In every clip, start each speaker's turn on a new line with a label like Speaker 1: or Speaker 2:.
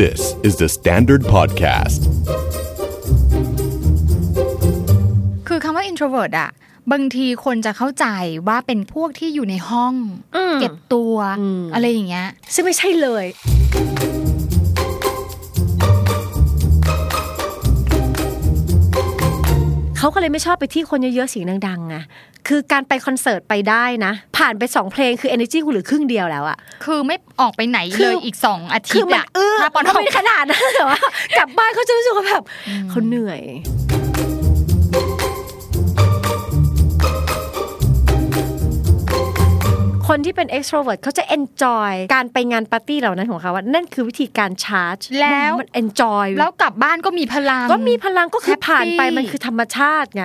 Speaker 1: This is the Standard Podcast.
Speaker 2: คือคำว่า introvert อะบางทีคนจะเข้าใจว่าเป็นพวกที่อยู่ในห้องเก็บตัวอะไรอย่างเงี้ย
Speaker 3: ซึ่งไม่ใช่เลย เขาก็เลยไม่ชอบไปที่คนเยอะๆเสียงดังๆไงคือการไปคอนเสิร์ตไปได้นะ ผ่านไปสองเพลงคือ energy คุณเหลือครึ่งเดียวแล้วอะ
Speaker 2: คือไม่ออกไปไหน
Speaker 3: คื
Speaker 2: เล
Speaker 3: อ
Speaker 2: ยอีกสองอาทิ
Speaker 3: คื
Speaker 2: ต
Speaker 3: อ
Speaker 2: ย์
Speaker 3: มัน
Speaker 2: อะ
Speaker 3: เออ
Speaker 2: ถ้าปอน
Speaker 3: มันไม่ได้ขนาดนั้นแต่ว่ากลับบ้านเขาจะรู้สึกว่าแบบเขาเหนื่อย คนที่เป็น extrovert เขาจะ enjoy การไปงานปาร์ตี้เหล่านั้นของเขาว่านั่นคือวิธีการชาร์จ
Speaker 2: แล้ว
Speaker 3: มัน enjoy
Speaker 2: แล้วกลับบ้านก็มีพลัง
Speaker 3: ก็มีพลังก็คือ
Speaker 2: Happy
Speaker 3: ผ่านไปมันคือธรรมชาติไง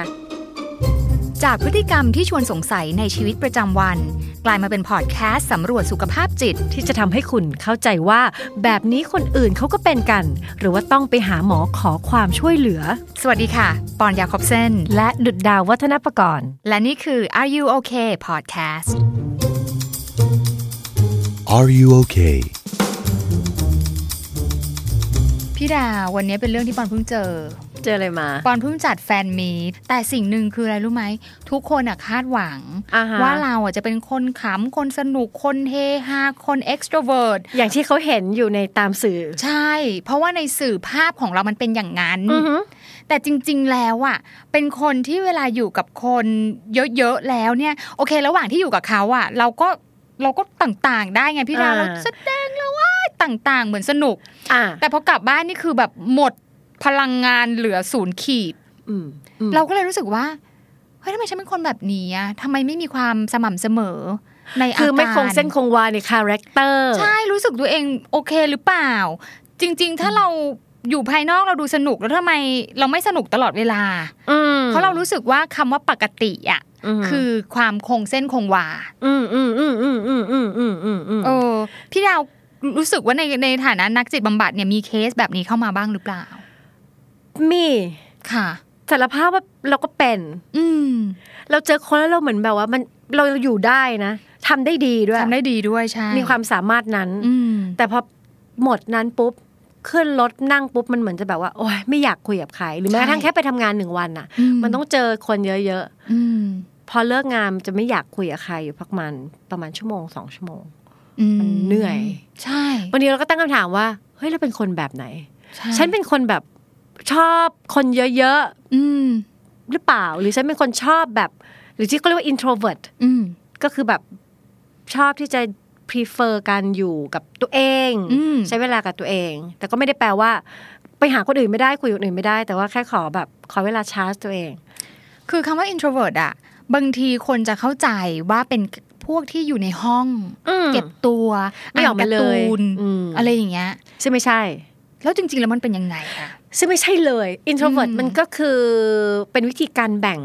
Speaker 2: จากพฤติกรรมที่ชวนสงสัยในชีวิตประจำวัน กลายมาเป็นพอดแคสต์สำรวจสุขภาพจิต
Speaker 3: ที่จะทำให้คุณเข้าใจว่า แบบนี้คนอื่นเขาก็เป็นกัน หรือว่าต้องไปหาหมอขอความช่วยเหลือ
Speaker 2: สวัสดีค่ะ ปอนยาคอบเซน
Speaker 3: และดุดดาววัฒนประกรณ์
Speaker 2: และนี่คือ Are You Okay Podcast
Speaker 1: Are you okay?
Speaker 2: พี่ดาววันนี้เป็นเรื่องที่ปอนเพิ่งเจอ
Speaker 3: เจออะไรมา
Speaker 2: ปอนเพิ่งจัดแฟนมีตแต่สิ่งหนึ่งคืออะไรรู้ไหม ทุกคนอะคาดหวัง
Speaker 3: อ่าฮะ
Speaker 2: ว่าเราอะจะเป็นคนขำ คนสนุกคนเฮฮาคนเอ็กซ์โทรเวิร์ด
Speaker 3: อย่างที่เขาเห็นอยู่ในตามสื่อ
Speaker 2: ใช่ เพราะว่าในสื่อภาพของเรามันเป็นอย่างนั้น แต่จริงๆแล้วอะเป็นคนที่เวลาอยู่กับคนเยอะๆแล้วเนี่ย โอเค ระหว่างที่อยู่กับเขาอะเราก็เราก็ต่างๆ ได้ไงพี่ดาว
Speaker 3: อ่า
Speaker 2: เราแสดงแล้วว่าต่างๆ เหมือนสนุก
Speaker 3: อ่า
Speaker 2: แต่พอกลับบ้านนี่คือแบบหมดพลังงานเหลือศูนย์ขีด
Speaker 3: อืม
Speaker 2: เราก็เลยรู้สึกว่าเฮ้ยทำไมฉันเป็นคนแบบนี้อะทำไมไม่มีความสม่ำเสมอ ในอาการ
Speaker 3: คือไม่คงเส้นคงวาในคาแรคเตอร์
Speaker 2: ใช่รู้สึกตัวเองโอเคหรือเปล่า จริง ๆ ถ้าเราอยู่ภายนอกเราดูสนุกแล้วทำไมเราไม่สนุกตลอดเวลา เพราะเรารู้สึกว่าคำว่าปกติอะ
Speaker 3: อืม
Speaker 2: คือความคงเส้นคงวา
Speaker 3: อืมอืมอืมอืมอืมอืมอืมอืมอืม
Speaker 2: เออพี่ดาวรู้สึกว่าในในฐานะนักจิตบำบัดเนี่ยมีเคสแบบนี้เข้ามาบ้างหรือเปล่า
Speaker 3: มี
Speaker 2: ค่ะ
Speaker 3: สารภาพว่าเราก็เป็น
Speaker 2: อืม
Speaker 3: เราเจอคนแล้วเราเหมือนแบบว่ามันเราอยู่ได้นะทำได้ดีด้วย
Speaker 2: ทำได้ดีด้วยใช่
Speaker 3: มีความสามารถนั้น
Speaker 2: อืม
Speaker 3: แต่พอหมดนั้นปุ๊บขึ้นรถนั่งปุ๊บมันเหมือนจะแบบว่า โอ๊ยไม่อยากคุยกับใคร หรือแม้กระทั่ง
Speaker 2: ใช่
Speaker 3: แค่ไปทำงานหนึ่งวันน่ะ มันต้องเจอคนเยอะ
Speaker 2: อืม
Speaker 3: ๆ พอเลิกงานจะไม่อยากคุยกับใครอยู่พักมันประมาณชั่วโมงสองชั่วโมง
Speaker 2: อื
Speaker 3: มันเหนื่อย
Speaker 2: ใช่
Speaker 3: วันนี้เราก็ตั้งคำถามว่าเฮ้ยเราเป็นคนแบบไหน
Speaker 2: ใช่
Speaker 3: ฉันเป็นคนแบบชอบคนเยอะ
Speaker 2: อืม
Speaker 3: ๆหรือเปล่า หรือฉันเป็นคนชอบแบบ หรือที่เขาเรียกว่า introvert
Speaker 2: อืม
Speaker 3: ก็คือแบบชอบที่จะ prefer การอยู่กับตัวเอง
Speaker 2: อืม
Speaker 3: ใช้เวลากับตัวเอง แต่ก็ไม่ได้แปลว่า ไปหาคนอื่นไม่ได้คุยกับคนอื่นไม่ได้ แต่ว่าแค่ขอแบบขอเวลาชาร์จตัวเอง
Speaker 2: คือคำว่า introvert อะบางทีคนจะเข้าใจว่าเป็นพวกที่อยู่ในห้องเก็บตัว
Speaker 3: ไม่ออกมา
Speaker 2: านกา
Speaker 3: เล
Speaker 2: ร์ตู
Speaker 3: ย
Speaker 2: น
Speaker 3: อืม
Speaker 2: อะไรอย่างเงี้ย
Speaker 3: ซึ่งไม่ใช่
Speaker 2: แล้วจริง ๆ แล้วมันเป็นยังไงอะ
Speaker 3: ซึ่งไม่ใช่เลย introvert
Speaker 2: อืม
Speaker 3: มันก็คือเป็นวิธีการแบ่ง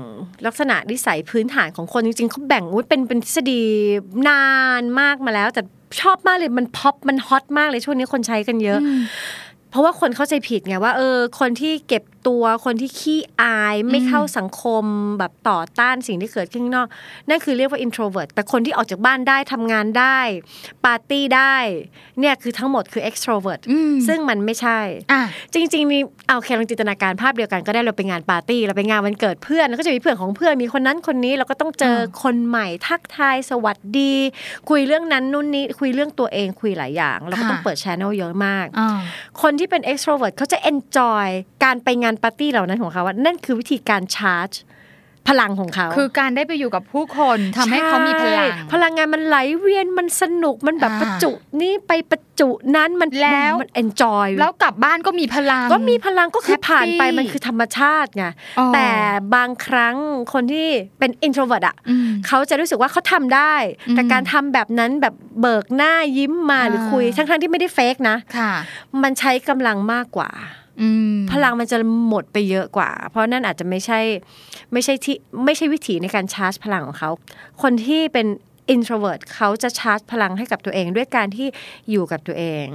Speaker 3: ลักษณะนิสัยพื้นฐานของคนจริงๆเขาแบ่งอุ๊ยเป็นเป็นทฤษฎีนานมากมาแล้ว แต่ชอบมากเลยมันพอปมันฮอตมากเลยช่วงนี้คนใช้กันเยอะ เพราะว่าคนเข้าใจผิดไงว่าเออคนที่เก็บตัวคนที่ขี้อายไม่เข้าสังคมแบบต่อต้านสิ่งที่เกิดขึ้นข้างนอก นั่นคือเรียกว่า introvert แต่คนที่ออกจากบ้านได้ทำงานได้ปาร์ตี้ได้เนี่ยคือทั้งหมดคือ extrovert
Speaker 2: อืม
Speaker 3: ซึ่งมันไม่ใช่
Speaker 2: อ่ะ
Speaker 3: จริงๆมีเอาแค่ลองจินตนาการภาพเดียวกันก็ได้เราไปงานปาร์ตี้เราไปงานวันเกิดเพื่อนแล้วก็จะมีเพื่อนของเพื่อนมีคนนั้นคนนี้เราก็ต้องเจออคนใหม่ทักทายสวัสดี คุยเรื่องนั้นนู่นนี่คุยเรื่องตัวเองคุยหลายอย่างเราก็
Speaker 2: ค่ะ
Speaker 3: ต้องเปิดช anel เยอะมาก
Speaker 2: อ่า
Speaker 3: คนที่เป็น extrovert เขาจะ enjoy การไปงานปาร์ตี้เหล่านั้นของเขาว่านั่นคือวิธีการชาร์จ พลังของเขา
Speaker 2: คือการได้ไปอยู่กับผู้คนทำให้เขามีพลัง
Speaker 3: ใช่พลังงานมันไหลเวียนมันสนุกมันแบบ
Speaker 2: อ่า
Speaker 3: ประจุนี่ไปประจุนั้นมัน
Speaker 2: แล้ว
Speaker 3: มัน enjoy
Speaker 2: แล้วกลับบ้านก็มีพลัง
Speaker 3: ก็มีพลังก็คือ
Speaker 2: Happy
Speaker 3: ผ่านไปมันคือธรรมชาติไง
Speaker 2: อ๋อ
Speaker 3: แต่บางครั้งคนที่เป็น introvert อ่ะ
Speaker 2: อืม
Speaker 3: เขาจะรู้สึกว่าเขาทำได้ แต่
Speaker 2: อืม
Speaker 3: การทำแบบนั้นแบบเบิกหน้ายิ้มมาหรือคุย
Speaker 2: อ่า
Speaker 3: ทั้งๆที่ไม่ได้เฟกนะ
Speaker 2: ค่ะ
Speaker 3: มันใช้กำลังมากกว่า
Speaker 2: อืม
Speaker 3: พลังมันจะหมดไปเยอะกว่า เพราะนั่นอาจจะไม่ใช่ไม่ใช่ที่ไม่ใช่วิถีในการชาร์จพลังของเขา คนที่เป็น introvert เขาจะชาร์จพลังให้กับตัวเอง ด้วยการที่อยู่กับตัวเอง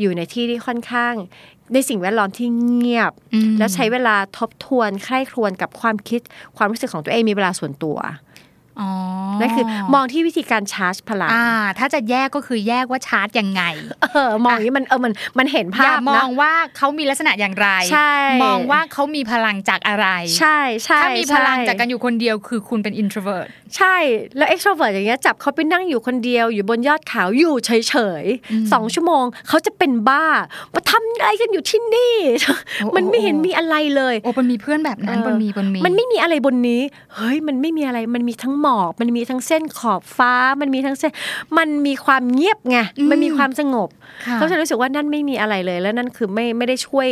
Speaker 3: อยู่ในที่ที่ค่อนข้าง ในสิ่งแวดล้อมที่เงียบ
Speaker 2: อืม
Speaker 3: แล้วใช้เวลาทบทวนใคร่ครวญกับความคิดความรู้สึกของตัวเองมีเวลาส่วนตัว
Speaker 2: อ๋อ
Speaker 3: นั่นคือมองที่วิธีการชาร์จพลัง
Speaker 2: อ่า ถ้าจะแยกก็คือแยกว่าชาร์จยังไง
Speaker 3: เออมองอย่างนี้มันเออมันมันเห็น
Speaker 2: อ
Speaker 3: ภา
Speaker 2: ย่า
Speaker 3: พ
Speaker 2: ม
Speaker 3: นะ
Speaker 2: องว่าเขามีลักษณะอย่างไร
Speaker 3: ใช่
Speaker 2: มองว่าเขามีพลังจากอะไร
Speaker 3: ใช่ใช่
Speaker 2: ถ้ามีพลัง
Speaker 3: ใช่
Speaker 2: จากการอยู่คนเดียวคือคุณเป็น introvert
Speaker 3: ใช่ แล้ว extrovert อย่างเงี้ยจับเขาไปนั่งอยู่คนเดียว อยู่บนยอดเขาอยู่เฉยๆสองชั่วโมงเขาจะเป็นบ้ามาทำอะไรกันอยู่ที่นี่
Speaker 2: โอ้
Speaker 3: มันไม่เห็นมีอะไรเลย
Speaker 2: โอ้ปนมีเพื่อนแบบนั้น
Speaker 3: เออ
Speaker 2: ปนมีปนมี
Speaker 3: มันไม่มีอะไรบนนี้ เฮ้ย มันไม่มีอะไร มันมีทั้งหมอก มันมีทั้งเส้นขอบฟ้า มันมีทั้งเส้น มันมีความเงียบไง
Speaker 2: อืม
Speaker 3: มันมีความสงบ
Speaker 2: ค่ะ
Speaker 3: เขาจะรู้สึกว่านั่นไม่มีอะไรเลย แล้วนั่นคือไม่ไม่ได้ช่วย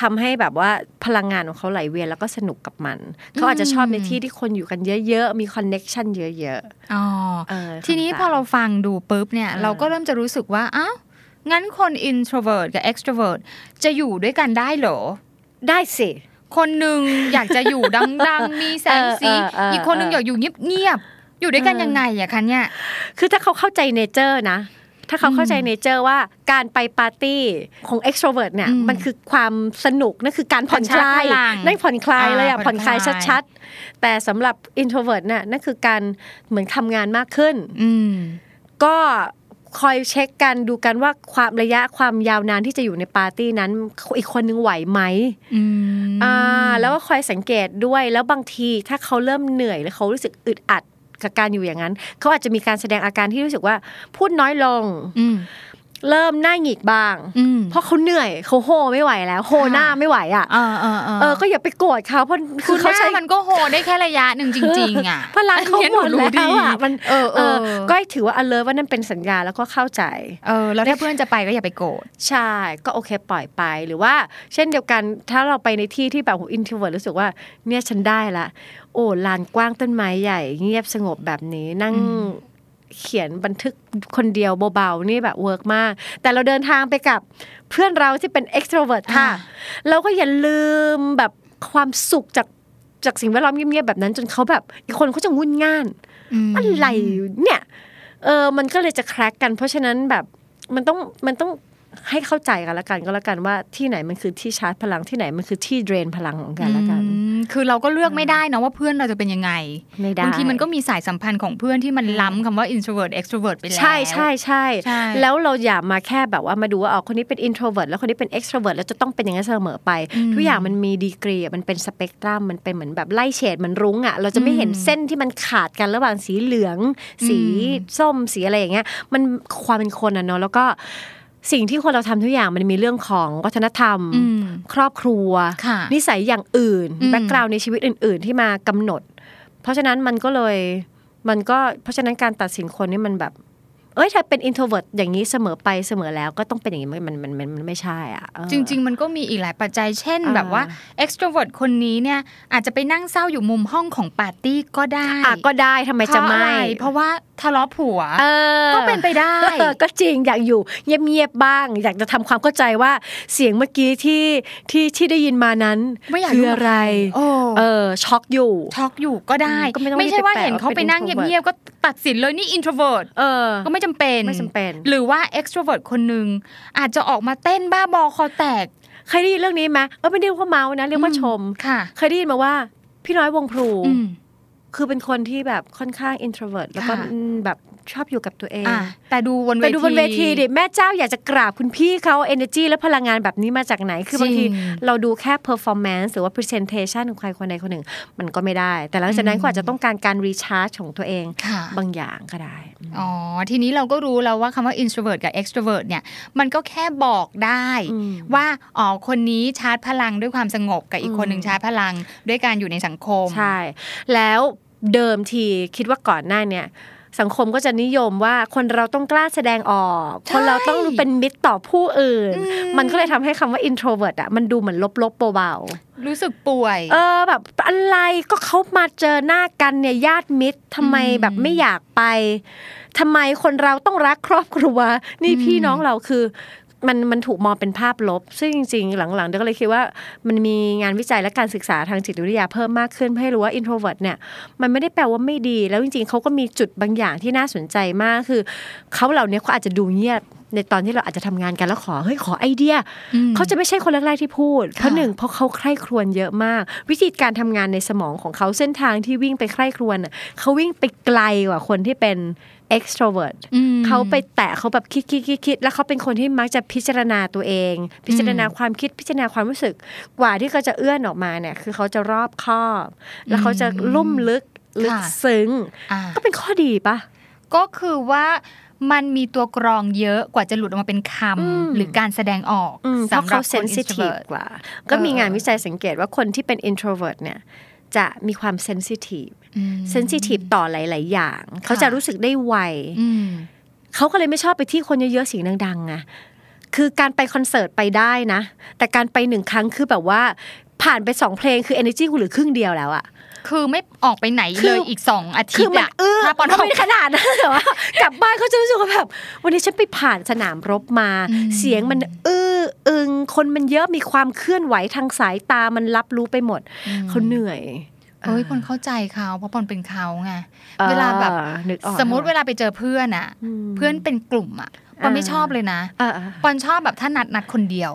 Speaker 3: ทำให้แบบว่าพลังงานของเขาไหลเวียนแล้วก็สนุกกับมัน เขาอาจจะชอบในที่ที่คนอยู่กันเยอะๆ มีคอนเน็ชันเยอะ
Speaker 2: อ๋อ
Speaker 3: ๆเออ
Speaker 2: ทีนี้พอ
Speaker 3: ต่งๆ
Speaker 2: เราฟังดูปุ๊บเนี่ย เราก็เริ่มจะรู้สึกว่า อ้าว งั้นคน introvert กับ extrovert จะอยู่ด้วยกันได้เหรอ
Speaker 3: ได้สิ
Speaker 2: คนหนึ่ง อยากจะอยู่ดัง ๆ มีแสงสี
Speaker 3: เออเออเอออี
Speaker 2: อีกคนหนึ่งอยากอยู่เงียบๆ อยู่ด้วยกันยังไงอะคะเนี่ย
Speaker 3: คือถ้าเขาเข้าใจเนเจอร์นะ ถ้าเขาเข้าใจเนเจอร์ว่าการไปปาร์ตี้ของ extrovert เนี่ย
Speaker 2: อืม
Speaker 3: มันคือความสนุก นั่นคือการผ่อนคลา
Speaker 2: ผ่อ
Speaker 3: ย
Speaker 2: นคลายพลัง
Speaker 3: นั่นผ่อนคลายเลยอะ
Speaker 2: อ่าผ่
Speaker 3: ผ่
Speaker 2: อ
Speaker 3: อนน
Speaker 2: ค
Speaker 3: ค
Speaker 2: ลา
Speaker 3: ลาย ยชัดๆ แต่สำหรับ introvert น่ะนั่นคือการเหมือนทำงานมากขึ้น
Speaker 2: อืม
Speaker 3: ก็คอยเช็คกันดูกันว่าความระยะความยาวนานที่จะอยู่ในปาร์ตี้นั้น อีกคนนึงไหวไหม
Speaker 2: อืม
Speaker 3: อ่าแล้วก็คอยสังเกตด้วยแล้วบางทีถ้าเขาเริ่มเหนื่อยหรือเขารู้สึกอึดอัดกับการอยู่อย่างนั้น เขาอาจจะมีการแสดงอาการที่รู้สึกว่าพูดน้อยลง
Speaker 2: อืม
Speaker 3: เริ่มหน้าหงิกบ้าง
Speaker 2: อืม
Speaker 3: เพราะเขาเหนื่อยเขาโฮไม่ไหวแล้ว โฮหน้าไม่ไหวอ่ะ
Speaker 2: เออเออเออ
Speaker 3: เออก็อย่าไปโกรธเขาเพราะ
Speaker 2: คื
Speaker 3: คืออ
Speaker 2: เขา
Speaker 3: เขา
Speaker 2: ใช้
Speaker 3: ใช้
Speaker 2: มันก็โหได้แค่ระยะหนึ่งจริง ๆ อ่ะ
Speaker 3: พลัง เขาหมด
Speaker 2: อันนี้นูรู้
Speaker 3: แล้วอะมัน
Speaker 2: เออเอ
Speaker 3: เอ
Speaker 2: อ
Speaker 3: อก็ให้ถือว่าเอเลว่านั่นเป็นสัญญาแล้วก็เข้าใจ
Speaker 2: เออ แล้วถ้าเพื่อนจะไปก็อย่าไปโกรธ
Speaker 3: ใช่ก็โอเคปล่อยไปหรือว่า เช่นเดียวกันถ้าเราไปในที่ที่แบบอินทิเวิร์รู้สึกว่าเนี่ยฉันได้ละ โอ้ลานกว้างต้นไม้ใหญ่ เงียบสงบแบบนี้นั่ง
Speaker 2: อืม
Speaker 3: เขียนบันทึกคนเดียวเบาๆ นี่แบบเวิร์กมาก แต่เราเดินทางไปกับเพื่อนเราที่เป็น extrovert ค่ะ เราก็อย่าลืมแบบความสุขจากจากสิ่งแวดล้อมเงียบๆแบบนั้น จนเขาแบบอีกคนเขาจะงุนง่าน
Speaker 2: ม
Speaker 3: อะไรเนี่ยเออมันก็เลยจะแครกกันเพราะฉะนั้นแบบมันต้องมันต้องให้เข้าใจกันละกันก็แล้วกันว่าที่ไหนมันคือที่ชาร์จพลังที่ไหนมันคือที่เดรนพลังของกันละกัน
Speaker 2: อืมคือเราก็เลือกไม่ได้เนอะว่าเพื่อนเราจะเป็นยังไง
Speaker 3: ไม่ได้
Speaker 2: บางทีมันก็มีสายสัมพันธ์ของเพื่อนที่มันล้ำคำว่า introvert extrovert ไปแล้ว
Speaker 3: ใช่ใช่ใช่
Speaker 2: ใช่
Speaker 3: แล้วเราอย่ามาแค่แบบว่ามาดูว่าอ๋อคนนี้เป็น introvert แล้วคนนี้เป็น extrovert แล้วจะต้องเป็นอย่างนั้นเสมอไป ทุกอย่างมันมีดีกรีอะมันเป็นสเปกตรัมมันเป็นเหมือนแบบไล่เฉดเหมันรุ้งอ่ะเราจะไม่เห็นเส้นที่มันขาดกันระหว่างสีเหลือง สีส้มสีอะไรอย่างเงี้ย มันความเป็นคนอ่ะเนาะแล้วก็สิ่งที่คนเราทำทุกอย่างมันมีเรื่องของวัฒนธรรม
Speaker 2: อืม
Speaker 3: ครอบครัว
Speaker 2: ค่ะ
Speaker 3: นิสัยอย่างอื่น
Speaker 2: อืม
Speaker 3: แบ็กกราวในชีวิตอื่น ๆ ที่มากำหนด เพราะฉะนั้นมันก็เลยมันก็เพราะฉะนั้นการตัดสินคนนี่มันแบบ เอ้ยถ้าเป็นอินโทรเวิร์ตอย่างนี้เสมอไปเสมอแล้วก็ต้องเป็นอย่างนี้มันมันมันมันไม่ใช่อ่ะเออ
Speaker 2: จริง ๆ มันก็มีอีกหลายปัจจัย เช่น
Speaker 3: อ่า
Speaker 2: แบบว่า extrovert คนนี้เนี่ยอาจจะไปนั่งเศร้าอยู่มุมห้องของปาร์ตี้ก็ได้
Speaker 3: อ่ะก็ได้ทำไมจะ
Speaker 2: เพราอ
Speaker 3: ไม่
Speaker 2: รเพราะว่าทะเลาะผัว
Speaker 3: เออ
Speaker 2: ก็เป็นไปได้
Speaker 3: เออก็จริงอยากอยู่เงียบๆบ้าง อยากจะทำความเข้าใจว่าเสียงเมื่อกี้ที่ที่ที่ได้ยินมานั้น
Speaker 2: ไม่อยาก
Speaker 3: คื
Speaker 2: ยุ่
Speaker 3: อง
Speaker 2: กับ
Speaker 3: อะไร
Speaker 2: โอ้
Speaker 3: เออช็อกอยู่
Speaker 2: ช็อกอยู่ก็ได้
Speaker 3: ก็ไม่ต้อง
Speaker 2: ไม่ใช่ว่า
Speaker 3: รีบไปแปล
Speaker 2: เห็นเขา
Speaker 3: ว่า
Speaker 2: ไป
Speaker 3: เป็น
Speaker 2: นั่ง
Speaker 3: introvert
Speaker 2: เงียบๆก็ตัดสินเลยนี่ introvert
Speaker 3: เออ
Speaker 2: ก็ไม่จำเป็น
Speaker 3: ไม่จำเป็น
Speaker 2: หรือว่า extrovert คนหนึ่งอาจจะออกมาเต้นบ้าบอคอแตก
Speaker 3: เคยได้ยินเรื่องนี้ไหมเออไม่ได้เรียกว่าเมาส์นะเรียกว่าชม
Speaker 2: ค่ะ
Speaker 3: เคยได้ยินมาว่าพี่น้อยวงพลู
Speaker 2: อืม
Speaker 3: คือเป็นคนที่แบบค่อนข้าง introvert แล้วก็
Speaker 2: ค่ะ
Speaker 3: อืมแบบชอบอยู่กับตัวเอง
Speaker 2: อ่ะแต่ดูบนเวที
Speaker 3: ไปดูบนเวทีดิแม่เจ้าอยากจะกราบคุณพี่เขา energy และพลังงานแบบนี้มาจากไหน คือบางที
Speaker 2: จริง
Speaker 3: เราดูแค่ performance หรือว่า presentation ของใครคนใดคนหนึ่ง มันก็ไม่ได้ แต่หลังจากนั้นก็อาจจะต้องการการ recharge ของตัวเอง
Speaker 2: ค่ะ
Speaker 3: บางอย่างก็ได้
Speaker 2: อ๋อ ทีนี้เราก็รู้แล้วว่าคำว่า introvert กับ extrovert เนี่ย มันก็แค่บอกได้ว่า อ๋อ คนนี้ชาร์จพลังด้วยความสงบกับอีกคนหนึ่งชาร์จพลังด้วยการอยู่ในสังคม
Speaker 3: ใช่ แล้วเดิมทีคิดว่าก่อนหน้าเนี่ย สังคมก็จะนิยมว่าคนเราต้องกล้าแสดงออก คนเราต้องเป็นมิตรต่อผู้อื่น มันก็เลยทำให้คำว่า introvert อ่ะมันดูเหมือนลบๆเบา
Speaker 2: รู้สึกป่วย
Speaker 3: ๆเออแบบอะไรก็เขามาเจอหน้ากันเนี่ยญาติมิตรทำไมแบบไม่อยากไปทำไมคนเราต้องรักครอบครัว นี่พี่น้องเราคือ มันมันถูกมองเป็นภาพลบ ซึ่งจริงๆ หลังๆเด็กก็เลยคิดว่า มันมีงานวิจัยและการศึกษาทางจิตวิทยาเพิ่มมากขึ้นเพื่อให้รู้ว่า introvert เนี่ยมันไม่ได้แปลว่าไม่ดี แล้วจริงๆเขาก็มีจุดบางอย่างที่น่าสนใจมากคือเขาเหล่านี้เขาอาจจะดูเงียบ ในตอนที่เราอาจจะทำงานกันแล้วขอเฮ้ยขอไอเดีย
Speaker 2: อืม
Speaker 3: เขาจะไม่ใช่คนแรกๆที่พูด เพราะ
Speaker 2: ค่ะ
Speaker 3: หนึ่งเพราะเขาใคร่ครวญเยอะมาก วิธีการทำงานในสมองของเขาเส้นทางที่วิ่งไปใคร่ครวญน่ะเขาวิ่งไปไกลกว่าคนที่เป็น extrovert
Speaker 2: อืม
Speaker 3: เขาไปแตะเขาแบบคิดคิดคิดคิดแล้วเขาเป็นคนที่มักจะพิจารณาตัวเอง พิจารณาความคิดพิจารณาความรู้สึก กว่าที่เขาจะเอื้อนออกมาเนี่ยคือเขาจะรอบคอบ แล้วเขาจะลุ่มลึกลึก
Speaker 2: ค่ะ
Speaker 3: ซึ้ง
Speaker 2: อ่า
Speaker 3: ก็เป็นข้อดีปะ
Speaker 2: ก็คือว่ามันมีตัวกรองเยอะกว่าจะหลุดออกมาเป็นค
Speaker 3: อืม
Speaker 2: ำหรือการแสดงออก
Speaker 3: อืมเพราะ
Speaker 2: สำหรั
Speaker 3: เขา
Speaker 2: บค
Speaker 3: เซ
Speaker 2: น
Speaker 3: นซิทีฟ
Speaker 2: introvert
Speaker 3: กว่า ก็มีงาน
Speaker 2: เออ
Speaker 3: วิจัยสังเกตว่าคนที่เป็น introvert เนี่ยจะมีความเซนซิทีฟ
Speaker 2: อืม
Speaker 3: เซนซิทีฟต่อหลาย ๆ อย่าง เขาจะ
Speaker 2: ค่ะ
Speaker 3: รู้สึกได้ไว
Speaker 2: อืม
Speaker 3: เขาก็เลยไม่ชอบไปที่คนเยอะ ๆ เสียงดังๆไงคือการไปคอนเสิร์ตไปได้นะ แต่การไปหนึ่งครั้งคือแบบว่า ผ่านไปสองเพลงคือ energy กูเหลือครึ่งเดียวแล้วอะ
Speaker 2: คือไม่ออกไปไหน
Speaker 3: คือ
Speaker 2: เลยอีกสองอาทิ
Speaker 3: คื
Speaker 2: ต
Speaker 3: อ
Speaker 2: ย์
Speaker 3: มัน
Speaker 2: อะ
Speaker 3: เอื้อ
Speaker 2: ถ้าปอน
Speaker 3: ก็
Speaker 2: ออก
Speaker 3: ไม่ขนาดนะแต่ว่ากลับบ้านเขาจะรู้สึกว่าแบบ วันนี้ฉันไปผ่านสนามรบมา
Speaker 2: อืม
Speaker 3: เสียงมันเอื้ออึงคนมันเยอะมีความเคลื่อนไหวทางสายตามันรับรู้ไปหมดเขาเหนื่อย
Speaker 2: เอ้ยปอนเข้าใจเขาเพราะปอนเป็นเขาไง
Speaker 3: ออ
Speaker 2: เวลาแบบ
Speaker 3: นึกออก
Speaker 2: สมมติเวลาไปเจอเพื่อนอะ
Speaker 3: ม
Speaker 2: เพื่อนเป็นกลุ่มอะปอนไม่
Speaker 3: อ่า
Speaker 2: ชอบเลยนะ
Speaker 3: เออเออ
Speaker 2: ปอนชอบแบบถ้านัดนัดคนเดียว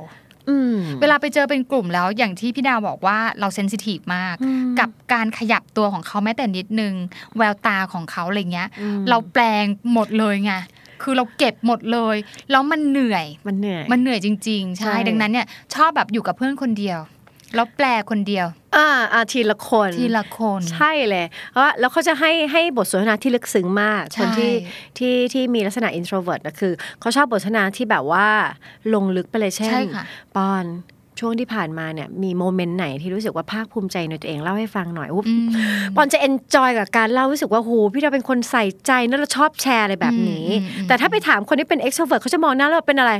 Speaker 3: อืม
Speaker 2: เวลาไปเจอเป็นกลุ่มแล้วอย่างที่พี่ดาวบอกว่าเราเซนซิทีฟมาก
Speaker 3: อืม
Speaker 2: กับการขยับตัวของเขาแม้แต่นิดนึง แววตาของเขาอะไรเงี้ย
Speaker 3: อืม
Speaker 2: เราแปลงหมดเลยไงคือเราเก็บหมดเลยแล้วมันเหนื่อย
Speaker 3: มันเหนื่อย
Speaker 2: มันเหนื่อยจริง ๆ
Speaker 3: ใช่
Speaker 2: ใช่ ดังนั้นเนี่ยชอบแบบอยู่กับเพื่อนคนเดียว แล้วแปลคนเดียว
Speaker 3: อ่าอ่าทีละคน
Speaker 2: ทีละคน
Speaker 3: ใช่เลยเพราะว่าแล้วเขาจะให้ให้บทสนทนาที่ลึกซึ้งมาก
Speaker 2: ใช่
Speaker 3: คนที่ที่ที่มีลักษณะ introvert นะคือเขาชอบบทสนทนาที่แบบว่าลงลึกไปเลยเช่น
Speaker 2: ใช่ค่ะ
Speaker 3: ปอนช่วงที่ผ่านมาเนี่ยมีโมเมนต์ไหนที่รู้สึกว่าภาคภูมิใจในตัวเองเล่าให้ฟังหน่อยอุ๊ย
Speaker 2: อืม
Speaker 3: ปอนจะ enjoy กับการเล่ารู้สึกว่าโหพี่เราเป็นคนใส่ใจนะเราชอบแชร์อะไรแบบนี้
Speaker 2: อืมอืมอืม
Speaker 3: แต่ถ้าไปถามคนที่เป็น extrovert เขาจะมองหน้าเราเป็นอะไร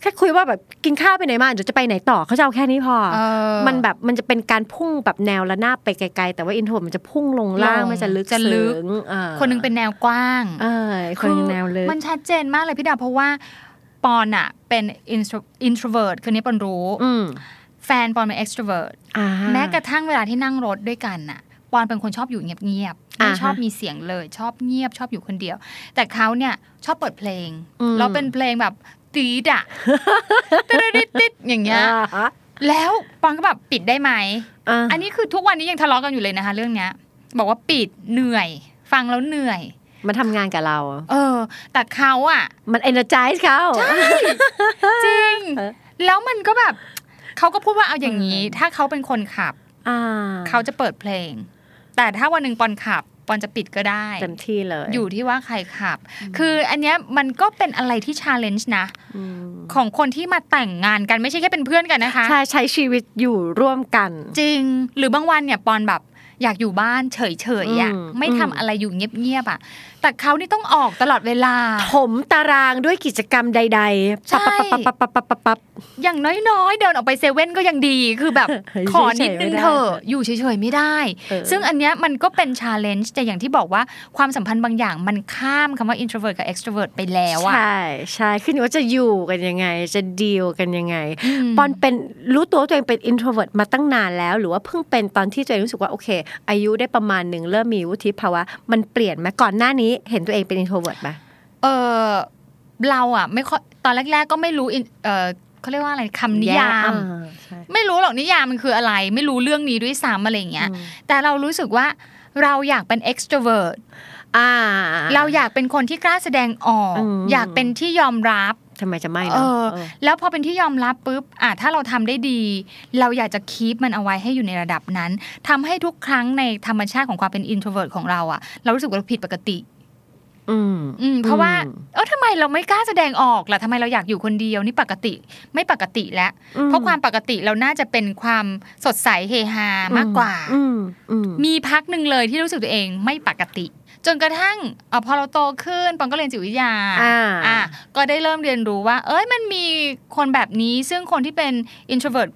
Speaker 3: แค่คุยว่าแบบกินข้าวไปไหนมาเดี๋ยวจะไปไหนต่อเขาจะเอาแค่นี้พอ
Speaker 2: เออ
Speaker 3: มันแบบมันจะเป็นการพุ่งแบบแนวระนาบไปไกลๆ แต่ว่าอินโทรมันจะพุ่งลงล่างมันจะลึก
Speaker 2: จะลึก
Speaker 3: ซึ้งเออ
Speaker 2: คนหนึงเป็นแนวกว้าง
Speaker 3: เออคนหนึงแนวลึก
Speaker 2: มันชัดเจนมากเลยพี่ดาวเพราะว่าปอนอะเป็น intro- introvert คืนนี้ปอนรู้
Speaker 3: อืม
Speaker 2: แฟนปอนเป็น extrovert
Speaker 3: อ่า
Speaker 2: แม้กระทั่งเวลาที่นั่งรถด้วยกันน่ะ ปอนเป็นคนชอบอยู่เงียบๆ
Speaker 3: อ่า
Speaker 2: ไม่
Speaker 3: ฮะ
Speaker 2: ชอบมีเสียงเลย ชอบเงียบชอบอยู่คนเดียว แต่เขาเนี่ยชอบเปิดเพลง
Speaker 3: อืม
Speaker 2: แล้วเป็นเพลงแบบตีดอะ ติดติดอย่างเงี้ย
Speaker 3: อ่าฮะ
Speaker 2: แล้วปอนก็แบบปิดได้ไหม
Speaker 3: า
Speaker 2: อันนี้คือทุกวันนี้ยังทะเลาะกันอยู่เลยนะคะ เรื่องเนี้ย บอกว่าปิดเหนื่อย ฟังแล้วเหนื่อย
Speaker 3: มันทำงานกับเรา
Speaker 2: เออ แต่เขาอะ
Speaker 3: มัน energize เขา
Speaker 2: จริง
Speaker 3: เออ
Speaker 2: แล้วมันก็แบบเขาก็พูดว่าเอาอย่างนี้ ถ้าเขาเป็นคนขับ
Speaker 3: อ่า
Speaker 2: เขาจะเปิดเพลง แต่ถ้าวันหนึ่งปอนขับ ปอนจะปิดก็ได้
Speaker 3: เต็มที่เลย
Speaker 2: อยู่ที่ว่าใครขับ คืออันเนี้ยมันก็เป็นอะไรที่ชาเลนจ์นะ
Speaker 3: อืม
Speaker 2: ของคนที่มาแต่งงานกันไม่ใช่แค่เป็นเพื่อนกันนะคะ
Speaker 3: ใช่ใช้ชีวิตอยู่ร่วมกัน
Speaker 2: จริง หรือบางวันเนี่ยปอนแบบอยากอยู่บ้านเฉยๆอ่ะ
Speaker 3: อืม
Speaker 2: ไม่ทำอะไรอยู่เงียบๆอ่ะ แต่เขานี่ต้องออกตลอดเว ลา
Speaker 3: ถมตารางด้วยกิจกรรมใดๆ
Speaker 2: ใช่
Speaker 3: ปั๊บปั๊บปั๊บปั๊บปั๊บปั๊บปั๊บ
Speaker 2: อย่างน้อยๆ เดินออกไปเซเว่นก็ยังดี คือแบบ
Speaker 3: เฮ้ย
Speaker 2: ขอนิดนึง
Speaker 3: เฉยๆไม่
Speaker 2: เถ
Speaker 3: ได้
Speaker 2: อะอยู่เฉยๆไม่ได้
Speaker 3: เออ
Speaker 2: ซึ่งอันเนี้ยมันก็เป็นชาเลนจ์แต่อย่างที่บอกว่าความสัมพันธ์บางอย่างมันข้ามคำว่า introvert กับ extrovert ไปแล้วอะ
Speaker 3: ใช่ใช่ขึ้นอยู่ว่าจะอยู่กันยังไง จะดีลกันยังไง
Speaker 2: อืม
Speaker 3: ปอนเป็นรู้ตัวว่าตัวเองเป็น introvert มาตั้งนานแล้ว หรือว่าเพิ่งเป็นตอนที่ตัวเองรู้สึกว่าโอเค อายุได้ประมาณหนึ่งเริ่มมีวุฒิภาวะ มันเปลี่ยนไหมก่อนหน้านี้เห็นตัวเองเป็น introvert ไหม
Speaker 2: เออเราอะไม่ค่อยตอนแรก ๆ ก็ไม่รู้อินเออเขาเรียกว่าอะไรคำนิยาม ไม่รู้หรอกนิยามมันคืออะไร ไม่รู้เรื่องนี้ด้วยซ้ำอะไรอย่างเงี้ย
Speaker 3: อืม
Speaker 2: แต่เรารู้สึกว่าเราอยากเป็น extrovert
Speaker 3: อ่า
Speaker 2: เราอยากเป็นคนที่กล้าแสดงออก
Speaker 3: อืม
Speaker 2: อยากเป็นที่ยอมรับ
Speaker 3: ทำไมจะไม่
Speaker 2: เออ
Speaker 3: เนาะเออ
Speaker 2: แล้วพอเป็นที่ยอมรับปุ๊บอ่ะถ้าเราทำได้ดี เราอยากจะคีปมันเอาไว้ให้อยู่ในระดับนั้นทำให้ทุกครั้งในธรรมชาติของความเป็น introvert ของเราอะเรารู้สึกว่าเราผิดปกติ
Speaker 3: อืม
Speaker 2: อืมเพราะว่า
Speaker 3: อืม
Speaker 2: เออทำไมเราไม่กล้าแสดงออกล่ะทำไมเราอยากอยู่คนเดียวนี่ปกติ ไม่ปกติแล้ว เพราะความปกติเราน่าจะเป็นความสดใสเฮฮามากกว่า
Speaker 3: อืมอืม
Speaker 2: มีพักหนึ่งเลยที่รู้สึกตัวเองไม่ปกติ จนกระทั่งเออพอเราโตขึ้นปองก็เรียนจิตวิทยา
Speaker 3: อ่า
Speaker 2: อ่ะก็ได้เริ่มเรียนรู้ว่า เอ้ยมันมีคนแบบนี้ซึ่งคนที่เป็น introvert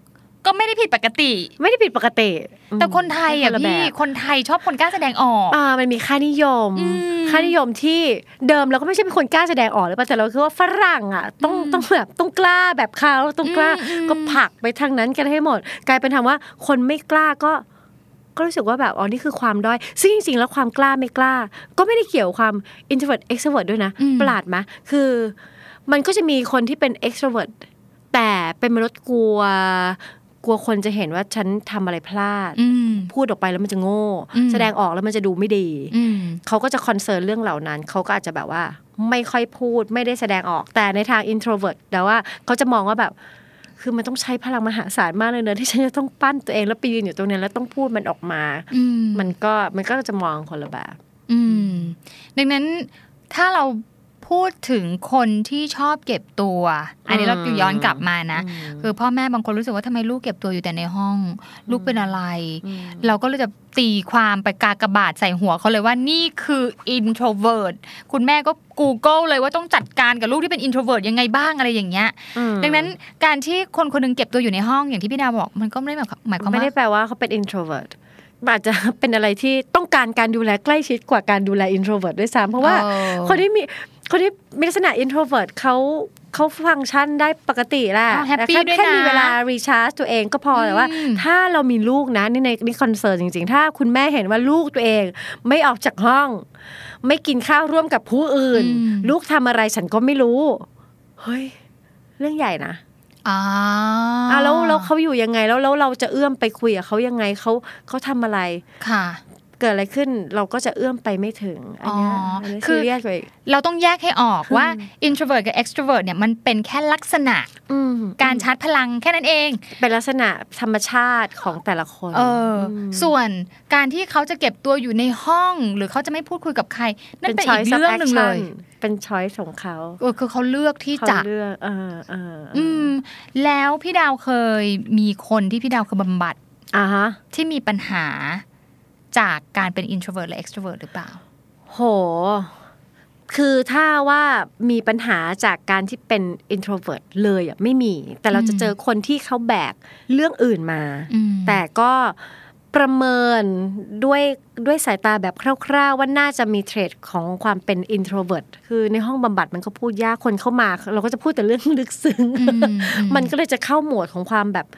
Speaker 2: ก็ไม่ได้ผิดปกติ
Speaker 3: ไม่ได้ผิดปกติอืม
Speaker 2: แต่คนไทยอ่ะ
Speaker 3: เป็นนล
Speaker 2: พี่
Speaker 3: แบบ
Speaker 2: คนไทยชอบคนกล้าแสดงออก
Speaker 3: อ่ามันมีค่านิยม
Speaker 2: อืม
Speaker 3: ค่านิยมที่เดิมเราก็ไม่ใช่เป็นคนกล้าแสดงออกเลยป่ะแต่เราคือว่าฝรั่งอ่ะต้อง
Speaker 2: อืม
Speaker 3: ต้องแบบต้องกล้าแบบเขาต้องกล้า
Speaker 2: อืมอืม
Speaker 3: ก็ผลักไปทางนั้นกันให้หมด กลายเป็นทำว่าคนไม่กล้าก็ ก็รู้สึกว่าแบบอ๋อนี่คือความด้อย ซึ่งจริงๆแล้วความกล้าไม่กล้า ก็ไม่ได้เกี่ยวความ introvert extrovert ด้วยนะ
Speaker 2: อืม
Speaker 3: ประหลาดไหมคือ มันก็จะมีคนที่เป็น extrovert แต่เป็นมนุษย์กลัว กลัวคนจะเห็นว่าฉันทำอะไรพลาด
Speaker 2: อืม
Speaker 3: พูดออกไปแล้วมันจะโง่
Speaker 2: อืม
Speaker 3: แสดงออกแล้วมันจะดูไม่ดี
Speaker 2: อืม
Speaker 3: เขาก็จะคอนเซิร์นเรื่องเหล่านั้น เขาก็อาจจะแบบว่า ไม่ค่อยพูดไม่ได้แสดงออกแต่ในทาง introvert แต่ว่าเขาจะมองว่าแบบ คือมันต้องใช้พลังมหาศาลมากเลยเนอะที่ฉันจะต้องปั้นตัวเองแล้วไปยืนอยู่ตรงนี้แล้วต้องพูดมันออกมา
Speaker 2: อืม
Speaker 3: มันก็มันก็จะมองคนละแบบ
Speaker 2: อืม ดังนั้นถ้าเราพูดถึงคนที่ชอบเก็บตัว อันนี้เรา
Speaker 3: อืม
Speaker 2: ย้อนกลับมานะ
Speaker 3: อืม
Speaker 2: คือพ่อแม่บางคนรู้สึกว่าทำไมลูกเก็บตัวอยู่แต่ในห้อง ลูกเป็นอะไร
Speaker 3: อืม
Speaker 2: เราก็เลยจะตีความไปกากบาทใส่หัวเขาเลยว่านี่คือ introvert คุณแม่ก็ Google เลยว่าต้องจัดการกับลูกที่เป็น introvert ยังไงบ้างอะไรอย่างเงี้ย ดังนั้นการที่คนคนหนึงเก็บตัวอยู่ในห้องอย่างที่พี่ดาวบอก มันก็ไม่ได้หมายความ
Speaker 3: ไม่
Speaker 2: ว่า
Speaker 3: ได้แปลว่าเขาเป็น introvert อาจจะเป็นอะไรที่ต้องการการดูแลใกล้ชิดกว่าการดูแล introvert ด้วยซ้ำเพราะว่า
Speaker 2: เออ
Speaker 3: คนที่มีคนที่มีลักษณะ introvert เขาเขาฟังก์ชันได้ปกติแหละ
Speaker 2: อ้าว happy
Speaker 3: ค่
Speaker 2: ด้วยนะ
Speaker 3: แค่มีเวลา recharge ตัวเองก็พออ
Speaker 2: ม
Speaker 3: แต่ว่า ถ้าเรามีลูกนะนี่ในนี่คอนเซิร์นจริงๆ ถ้าคุณแม่เห็นว่าลูกตัวเองไม่ออกจากห้อง ไม่กินข้าวร่วมกับผู้อื่น
Speaker 2: อืม
Speaker 3: ลูกทำอะไรฉันก็ไม่รู้เฮ้ยเรื่องใหญ่นะ
Speaker 2: อ่า
Speaker 3: อ่ะแล้วแล้วเขาอยู่ยังไงแล้วแล้วเราจะเอื้อมไปคุยกับเขายังไงเขาเขาทำอะไร
Speaker 2: ค่ะ
Speaker 3: เกิดอะไรขึ้นเราก็จะเอื้อมไปไม่ถึงอันเนี้ย
Speaker 2: อ๋ออั
Speaker 3: นนี้
Speaker 2: คื
Speaker 3: ซี
Speaker 2: อ
Speaker 3: เรียสกว่าอีก
Speaker 2: เราต้องแยกให้ออกว่า introvert กับ extrovert เนี่ยมันเป็นแค่ลักษณะ
Speaker 3: อืม
Speaker 2: การชาร์จพลังแค่นั้นเอง
Speaker 3: เป็นลักษณะธรรมชาติของแต่ละคน
Speaker 2: เอออ
Speaker 3: ม
Speaker 2: ส่วนการที่เขาจะเก็บตัวอยู่ในห้อง หรือเขาจะไม่พูดคุยกับใคร นั่นเป็นอีก
Speaker 3: choice of
Speaker 2: เรื่องหนึ่งเลย
Speaker 3: action เป็นช้อยส์ของเขา
Speaker 2: เออคือเขาเลือกที่
Speaker 3: เขา
Speaker 2: จะ
Speaker 3: เลือกเออเออเอออ
Speaker 2: อืม แล้วพี่ดาวเคยมีคนที่พี่ดาวเคยบำบัด
Speaker 3: อ่ะฮะ
Speaker 2: ที่มีปัญหาจากการเป็น introvert หรือ extrovert หรือเปล่า
Speaker 3: โห คือถ้าว่ามีปัญหาจากการที่เป็น introvert เลยอ่ะไม่มี แต่เราจะ
Speaker 2: อืม
Speaker 3: เจอคนที่เขาแบกเรื่องอื่นมา
Speaker 2: อืม
Speaker 3: แต่ก็ประเมินด้วยด้วยสายตาแบบคร่าวๆ ว่าน่าจะมีเทรดของความเป็น introvert คือในห้องบำบัดมันก็พูดยากคนเข้ามา เราก็จะพูดแต่เรื่องลึกซึ้ง
Speaker 2: อืมอื
Speaker 3: มันก็เลยจะเข้าโหมดของความแบบ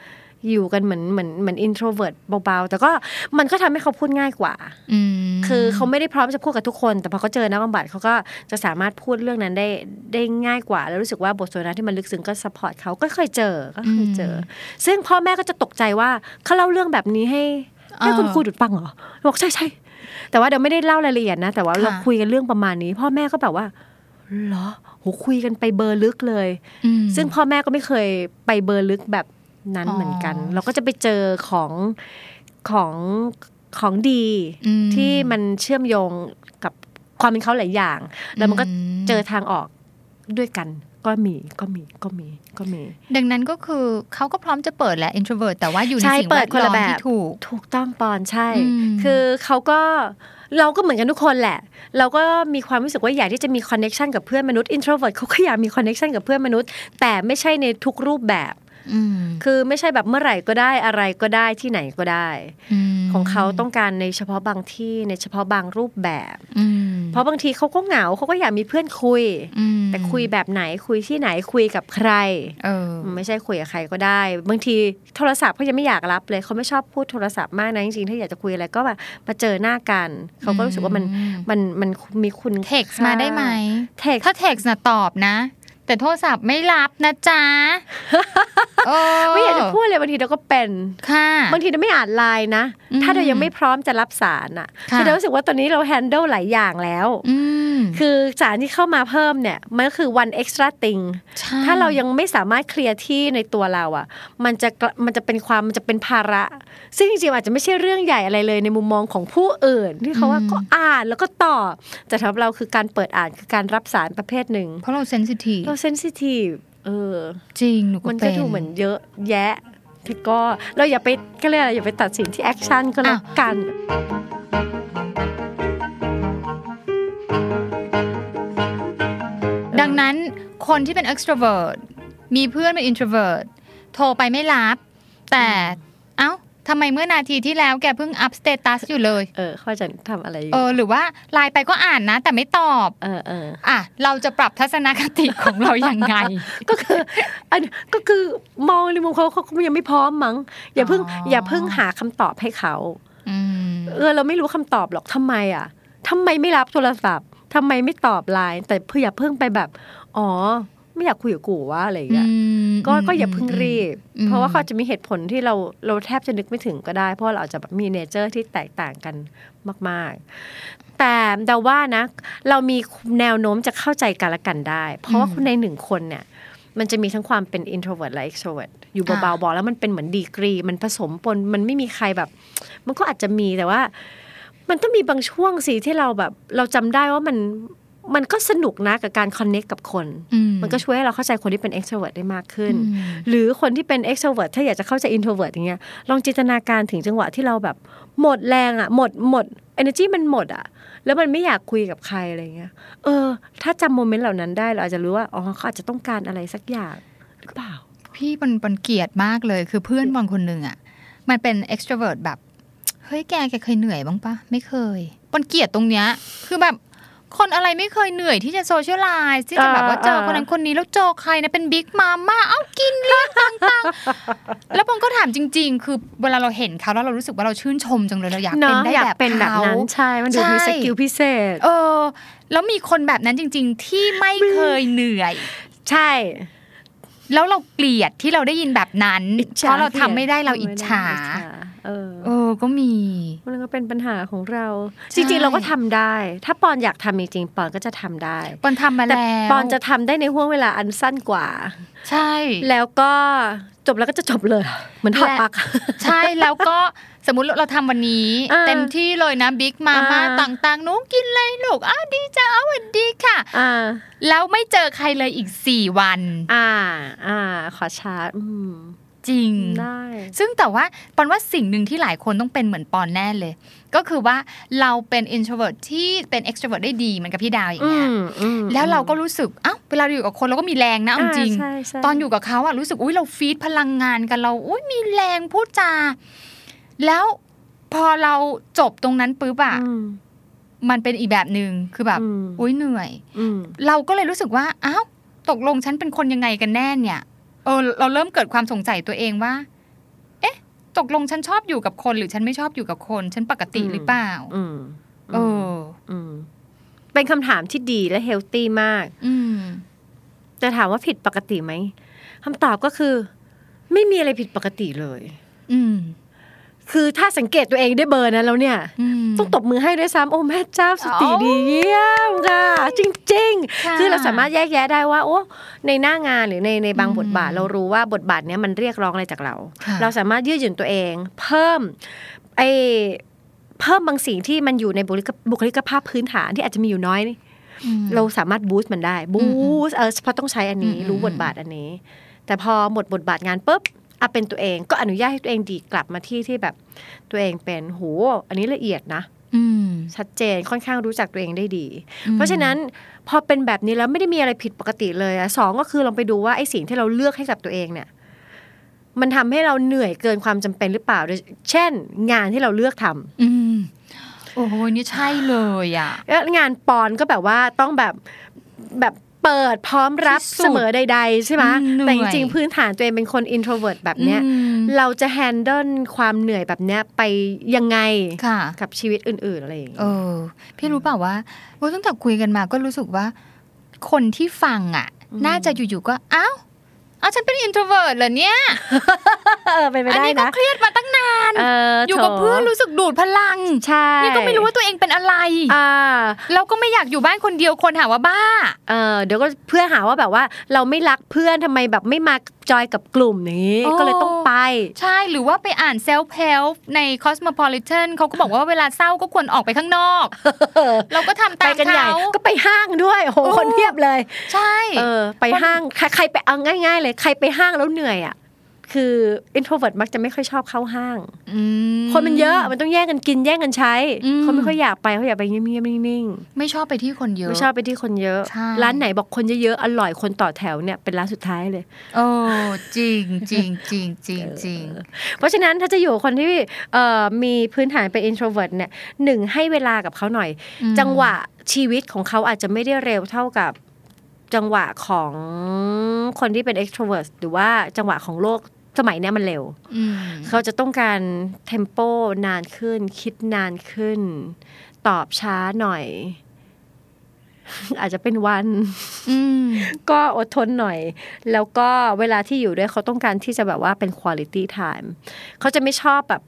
Speaker 3: อยู่กันเหมือนเหมือนเหมือน introvert เบาๆ แต่ก็มันก็ทำให้เขาพูดง่ายกว่า
Speaker 2: อืม
Speaker 3: คือเขาไม่ได้พร้อมจะพูดกับทุกคน แต่พอเขาเจอนักบำบัดเขาก็จะสามารถพูดเรื่องนั้นได้ได้ง่ายกว่า แล้วรู้สึกว่าบทสนทนาที่มันลึกซึ้งก็สปอร์ตเขาก็เคยเจอก็เคยเจออซึ่งพ่อแม่ก็จะตกใจว่าเขาเล่าเรื่องแบบนี้ให้
Speaker 2: เอ
Speaker 3: ให้
Speaker 2: อ
Speaker 3: คุณครูดุดฟังเหรอบอกใช่ใช่แต่ว่าเดี๋ยวไม่ได้เล่ารายละเอียดนะ แต่ว่าเรา
Speaker 2: ค่ะ
Speaker 3: คุยกันเรื่องประมาณนี้ พ่อแม่ก็แบบว่าเหรอโหคุยกันไปเบอร์ลึกเลย
Speaker 2: ม
Speaker 3: ซึ่งพ่อแม่ก็ไม่เคยไปเบอร์ลึกแบบนั้น
Speaker 2: อ๋อ
Speaker 3: เหมือนกัน เราก็จะไปเจอของของของดี
Speaker 2: อืม
Speaker 3: ที่มันเชื่อมโยงกับความเป็นเขาหลายอย่าง แล้วมันก็เจอทางออกด้วยกันก็มีก็มีก็มีก็มี
Speaker 2: ดังนั้นก็คือเขาก็พร้อมจะเปิดแหละ introvert แต่ว่าอยู่ใน
Speaker 3: ใช่
Speaker 2: สิ่ง
Speaker 3: เปิ
Speaker 2: แว
Speaker 3: ด
Speaker 2: ด
Speaker 3: คน
Speaker 2: ล้อ
Speaker 3: ละ
Speaker 2: ม
Speaker 3: แบบ
Speaker 2: ที่ถูก
Speaker 3: ถูกต้องปอนใช่
Speaker 2: อืม
Speaker 3: คือเขาก็เราก็เหมือนกันทุกคนแหละ เราก็มีความรู้สึกว่าอยากที่จะมีคอนเน็ชันกับเพื่อนมนุษย์อินโทรเวิร์ดเขาก็อยากมีคอนเน็ชันกับเพื่อนมนุษย์ แต่ไม่ใช่ในทุกรูปแบบ
Speaker 2: อืม
Speaker 3: คือไม่ใช่แบบเมื่อไหร่ก็ได้อะไรก็ได้ที่ไหนก็ได้
Speaker 2: ม
Speaker 3: ของเขาต้องการในเฉพาะบางที่ในเฉพาะบางรูปแบบ
Speaker 2: อืม
Speaker 3: เพราะบางทีเขาก็เหงาเขาก็อยากมีเพื่อนคุย
Speaker 2: อืม
Speaker 3: แต่คุยแบบไหนคุยที่ไหนคุยกับใคร
Speaker 2: เออ
Speaker 3: ไม่ใช่คุยกับใครก็ได้ บางทีโทรศัพท์เขายังไม่อยากรับเลยเขาไม่ชอบพูดโทรศัพท์มากนะจริงๆถ้าอยากจะคุยอะไรก็แบบมาเจอหน้ากันเขาก็รู้สึกว่ามัน
Speaker 2: อืม
Speaker 3: มันมันมีคุณ
Speaker 2: text มาได้ไหม
Speaker 3: เท็ก
Speaker 2: ถ้า text นะตอบนะ แต่โทรศัพท์ไม่รับนะ จ๊ะ เ
Speaker 3: ไม่อยากจะพูดเลยบางทีเราก็เป็น
Speaker 2: ค่ะ
Speaker 3: บางทีเราไม่อ่านไลน์นะ
Speaker 2: อืม
Speaker 3: ถ้าเรายังไม่พร้อมจะรับสารอ่ะ
Speaker 2: ค่ะ
Speaker 3: คือเรารู้สึกว่าตอนนี้เราแฮนด์ลหลายอย่างแล้ว
Speaker 2: อืม
Speaker 3: คือสารที่เข้ามาเพิ่มเนี่ย มันก็คือ one extra thing
Speaker 2: ใช่
Speaker 3: ถ้าเรายังไม่สามารถเคลียร์ที่ในตัวเราอ่ะ มันจะกลมันจะเป็นความมันจะเป็นภาระ ซึ่งจริงๆอาจจะไม่ใช่เรื่องใหญ่อะไรเลยในมุมมองของผู้อื่น ที่เขาว่าก็อ่านแล้วก็ตอบ แต่สำหรับเราคือการเปิดอ่านคือการรับสารประเภทหนึ่ง
Speaker 2: เพราะเราเซนซิทีฟ
Speaker 3: เราเซนซิทีฟเออ
Speaker 2: จริงหนูก็
Speaker 3: มันก็
Speaker 2: เป็น
Speaker 3: ดูเหมือนเยอะแยะแต่ก็เราอย่าไปก็เลยกอะไรอย่าไปตัดสินที่แอคชั่นก็แล้วกัน
Speaker 2: ดังนั้นคนที่เป็น extrovert มีเพื่อนเป็น introvert โทรไปไม่รับ แต่เอ้าทำไมเมื่อนาทีที่แล้วแกเพิ่งอัพสเตตัสอยู่เลย
Speaker 3: เออเขาจะทำอะไรอยู่
Speaker 2: เออ หรือว่าไลน์ไปก็อ่านนะ แต่ไม่ตอบ
Speaker 3: เออเออ
Speaker 2: อ่ะ เราจะปรับทัศนคติของเรายังไง
Speaker 3: ก็ คืออันก็คือมองในมุมเขาเขายังไม่พร้อมมั้งอย่าเพิ่ง
Speaker 2: อ๋ออ
Speaker 3: อย่าเพิ่งหาคำตอบให้เขา
Speaker 2: อืม
Speaker 3: เออเราไม่รู้คำตอบหรอกทำไมอ่ะทำไมไม่รับโทรศัพท์ทำไมไม่ตอบไลน์แต่เพื่ออย่าเพิ่งไปแบบ อ๋อ ไม่อยากคุยกับกูว่าอะไรอย่าง
Speaker 2: อื
Speaker 3: เงี้ย
Speaker 2: ม
Speaker 3: ก็ก็อย่าเพิ่งรีบ
Speaker 2: อืม
Speaker 3: เพราะว่าเขาอาจจะมีเหตุผลที่เราเราแทบจะนึกไม่ถึงก็ได้ เพราะเราอาจจะแบบมีเนเจอร์ที่แตกต่างกันมาก ๆ แต่เดาว่านะ เรามีแนวโน้มจะเข้าใจกันและกันได้ เพราะว่าคนในหนึ่งคนเนี่ย มันจะมีทั้งความเป็น introvert และ extrovert อยู่เบาๆบอกแล้วมันเป็นเหมือนดีกรี มันผสมปนมันไม่มีใครแบบ มันก็อาจจะมีแต่ว่า มันต้องมีบางช่วงสิที่เราแบบ เราจำได้ว่ามันมันก็สนุกนะกับการคอนเน็กกับคน
Speaker 2: อืม
Speaker 3: มันก็ช่วยให้เราเข้าใจคนที่เป็น extrovert ได้มากขึ้น
Speaker 2: อืม
Speaker 3: หรือคนที่เป็น extrovert ถ้าอยากจะเข้าใจ introvert อย่างเงี้ย ลองจินตนาการถึงจังหวะที่เราแบบ หมดแรงอ่ะ หมดหมด energy มันหมดอ่ะ แล้วมันไม่อยากคุยกับใครอะไรเงี้ย เออ ถ้าจำโมเมนต์เหล่านั้นได้เราอาจจะรู้ว่า อ๋อเขาอาจจะต้องการอะไรสักอย่างหรือเปล่า
Speaker 2: พี่มันมันเกลียดมากเลยคือเพื่อนบางคนหนึ่งอ่ะ มันเป็น extrovert แบบ เฮ้ยแกแกเคยเหนื่อยบ้างปะไม่เคยมันเกลียดตรงเนี้ยคือแบบคนอะไรไม่เคยเหนื่อยที่จะโซเชียลไลซ์ที่จะแบบว่าเจอ
Speaker 3: เออ
Speaker 2: คนนั้นคนนี้แล้วเจอใครนะเป็นบิ๊กมาม่าเอากินเลี้ยงต่าง ๆ แล้วมันก็ถามจริง ๆ คือเวลาเราเห็นเขาแล้วเรารู้สึกว่าเราชื่นชมจังเลยเราอยากเป็น
Speaker 3: เนาะ
Speaker 2: ได้
Speaker 3: อยากเป็นแบ
Speaker 2: แบบ บเขา
Speaker 3: นั้นใช่ มันดูมี
Speaker 2: ใช่
Speaker 3: สกิลพิเศษ
Speaker 2: เออ แล้วมีคนแบบนั้นจริง ๆ ที่ไม่เคยเหนื่อย
Speaker 3: ใช่
Speaker 2: แล้วเราเกลียดที่เราได้ยินแบบนั้นเพราะเราทำไม่ได้เราอิจฉา
Speaker 3: เออ
Speaker 2: เออ ก็มี
Speaker 3: มันก็เป็นปัญหาของเรา
Speaker 2: ใช่
Speaker 3: จริงๆ เราก็ทำได้ ถ้าปอนอยากทำจริงๆปอนก็จะทำได้
Speaker 2: ปอนทำมา
Speaker 3: แต่
Speaker 2: แล้ว
Speaker 3: ปอนจะทำได้ในห่วงเวลาอันสั้นกว่า
Speaker 2: ใช่
Speaker 3: แล้วก็จบแล้วก็จะจบเลย เหมือนถอด
Speaker 2: และ
Speaker 3: ปลัก
Speaker 2: ใช่แล้วก็สมมติเราทำวันนี้
Speaker 3: อ่า
Speaker 2: เต็มที่เลยนะบิ๊กมาม่า
Speaker 3: อ่า
Speaker 2: ต่างๆหนูกินอะไรลูกอ้าวดีจ้าอ้าวสวัสดีค่ะ
Speaker 3: อ่า
Speaker 2: แล้วไม่เจอใครเลยอีก 4 วัน
Speaker 3: อ่า อ่า ขอชาร์จอืม
Speaker 2: จริง
Speaker 3: ได้
Speaker 2: ซึ่งแต่ว่าปอนว่าสิ่งหนึ่งที่หลายคนต้องเป็นเหมือนปอนแน่เลย ก็คือว่าเราเป็น introvert ที่เป็น extrovert ได้ดีเหมือนกับพี่ดาวอย่าง
Speaker 3: อื
Speaker 2: เงี้ย
Speaker 3: มอืม
Speaker 2: แล้วเราก็รู้สึกอ้าวเวลาเราอยู่กับคนเราก็มีแรงนะเอาจริง
Speaker 3: าใช่ใช่
Speaker 2: ตอนอยู่กับเขาอะรู้สึกอุ้ยเราฟีดพลังงานกันเราอุ้ยมีแรงพูดจา แล้วพอเราจบตรงนั้นปุ๊บอะ
Speaker 3: อืม
Speaker 2: มันเป็นอีกแบบหนึ่งคือแบบ
Speaker 3: อืม
Speaker 2: อุ้ยเหนื่อย
Speaker 3: อืม
Speaker 2: เราก็เลยรู้สึกว่าอ้าวตกลงฉันเป็นคนยังไงกันแน่เนี่ยเออเราเริ่มเกิดความสงสัยตัวเองว่า เอ๊ะ ตกลงฉันชอบอยู่กับคน หรือฉันไม่ชอบอยู่กับคน ฉันปกติหรือเปล่า
Speaker 3: อืม
Speaker 2: เออ
Speaker 3: อืมเป็นคำถามที่ดีและเฮลตี้มาก
Speaker 2: อืม
Speaker 3: จะถามว่าผิดปกติไหมคำตอบก็คือ ไม่มีอะไรผิดปกติเลย
Speaker 2: อืม
Speaker 3: คือถ้าสังเกตตัวเองได้เบอร์นั้นแล้วเนี่ย
Speaker 2: อืม
Speaker 3: ต้องตบมือให้ด้วยซ้ำโอ้แม่เจ้าสติ
Speaker 2: โอ้ย
Speaker 3: ดีเยี่ยมค่ะ จริง
Speaker 2: ค่ะ
Speaker 3: ๆ คือเราสามารถแยกแยะได้ว่าโอ้ในหน้างานหรือในในบาง
Speaker 2: อืม
Speaker 3: บทบาท เรารู้ว่าบทบาทเนี้ยมันเรียกร้องอะไรจากเรา
Speaker 2: ค่ะ
Speaker 3: เราสามารถยืดหยุ่นตัวเอง เพิ่มไอเพิ่มบางสิ่งที่มันอยู่ในบุคลิกบุคลิกภาพพื้นฐานที่อาจจะมีอยู่น้อย
Speaker 2: อืม
Speaker 3: เราสามารถบูสต์มันได้บูสต์เออเพราะต้องใช้อันนี้
Speaker 2: อืม
Speaker 3: รู้บทบาทอันนี้ แต่พอหมดบทบาทงานปุ๊บอ่ะเป็นตัวเองก็อนุญาตให้ตัวเองดีดกลับมาที่ที่แบบตัวเองเป็นโหอันนี้ละเอียดนะ
Speaker 2: อืม
Speaker 3: ชัดเจนค่อนข้างรู้จักตัวเองได้ดี
Speaker 2: อืม
Speaker 3: เพราะฉะนั้นพอเป็นแบบนี้แล้วไม่ได้มีอะไรผิดปกติเลยอะสองก็คือลองไปดูว่าไอ้สิ่งที่เราเลือกให้กับตัวเองเนี่ย มันทำให้เราเหนื่อยเกินความจำเป็นหรือเปล่าโดยเช่น งานที่เราเลือกทำ
Speaker 2: อืม โอ้โหนี่ใช่เลยอ่ะ
Speaker 3: เอ้ยงานปอนก็แบบว่าต้องแบบแบบเปิดพร้อมรับ
Speaker 2: ที่สุด
Speaker 3: เสมอใด ๆ ใช่ไหม
Speaker 2: อืมเหนื่อย
Speaker 3: แต่จริงๆพื้นฐานตัวเองเป็นคน introvert แบบเนี้ย
Speaker 2: อืม
Speaker 3: เราจะ handle ความเหนื่อยแบบเนี้ยไปยังไง
Speaker 2: ค่ะ
Speaker 3: กับชีวิตอื่นๆอะไรอย่างเงี้
Speaker 2: เอย อ พี่รู้เปล่าว่าเว้ยตั้งแต่คุยกันมาก็รู้สึกว่า คนที่ฟังอ่ะ น่าจะอยู่ๆก็อ้าวอ้าวฉันเป็น introvert เหรอเนี่ย
Speaker 3: เออเป็นไป
Speaker 2: อั
Speaker 3: ได้
Speaker 2: นี้ก็
Speaker 3: นะ
Speaker 2: เครียดมาตั้งนาน
Speaker 3: เ
Speaker 2: อยู่กับ
Speaker 3: โถ
Speaker 2: เพื่อนรู้สึกดูดพลัง
Speaker 3: ใช่
Speaker 2: นี่ก็ไม่รู้ว่าตัวเองเป็นอะไร
Speaker 3: อ่า
Speaker 2: เราก็ไม่อยากอยู่บ้านคนเดียวคนหาว่าบ้า
Speaker 3: เออเดี๋ยวก็เพื่อนหาว่าแบบว่า เราไม่รักเพื่อนทำไมแบบไม่มาจอยกับกลุ่มอย่างนี้
Speaker 2: โอ้
Speaker 3: ก็เลยต้องไป
Speaker 2: ใช่หรือว่าไปอ่านเซลฟ์เ l ลใน Cosmopolitan เขาก็บอกว่าเวลาเศร้าก็ควรออกไปข้างนอก เราก็ทำ
Speaker 3: ไป
Speaker 2: ตาม
Speaker 3: กันใหญ่
Speaker 2: เขา
Speaker 3: ก็ไปห้างด้วยโอ้โห
Speaker 2: โอ้
Speaker 3: คนเพียบเลย
Speaker 2: ใช่
Speaker 3: เออ ไปห้างใครใครไปเอาง่าย ๆ เลยใครไปห้างแล้วเหนื่อยอ่ะคือ introvert มักจะไม่ค่อยชอบเข้าห้าง
Speaker 2: อืม
Speaker 3: คนมันเยอะมันต้องแย่งกันกินแย่งกันใช้
Speaker 2: อืม
Speaker 3: เขาไม่ค่อยอยากไปเขาอยากไปเงียบๆนิ่ง
Speaker 2: ไม่ชอบไปที่คนเย
Speaker 3: ๆ
Speaker 2: อะ
Speaker 3: ไม่ชอบไปที่คนเยอะ
Speaker 2: ใช่
Speaker 3: ร้านไหนบอกคนเยอะๆอร่อยคนต่อแถวเนี่ยเป็นร้านสุดท้ายเลย
Speaker 2: โอ้จริงจริงจริงจริงจริง
Speaker 3: เพราะฉะนั้นถ้าจะอยู่กับคนที่เอ่อมีพื้นฐานเป็น introvert เนี่ยหนึ่งให้เวลากับเขาหน่อย
Speaker 2: อืม
Speaker 3: จังหวะชีวิตของเขาอาจจะไม่ได้เร็วเท่ากับจังหวะของคนที่เป็น extrovert หรือว่าจังหวะของโลกสมัยเนี้ยมันเร็ว
Speaker 2: อืม
Speaker 3: เขาจะต้องการเทมโปนานขึ้น คิดนานขึ้น ตอบช้าหน่อย อาจจะเป็นวัน
Speaker 2: อืม
Speaker 3: ก็อดทนหน่อย แล้วก็เวลาที่อยู่ด้วยเขาต้องการที่จะแบบว่าเป็นคุณ i t y time เขาจะไม่ชอบแบบ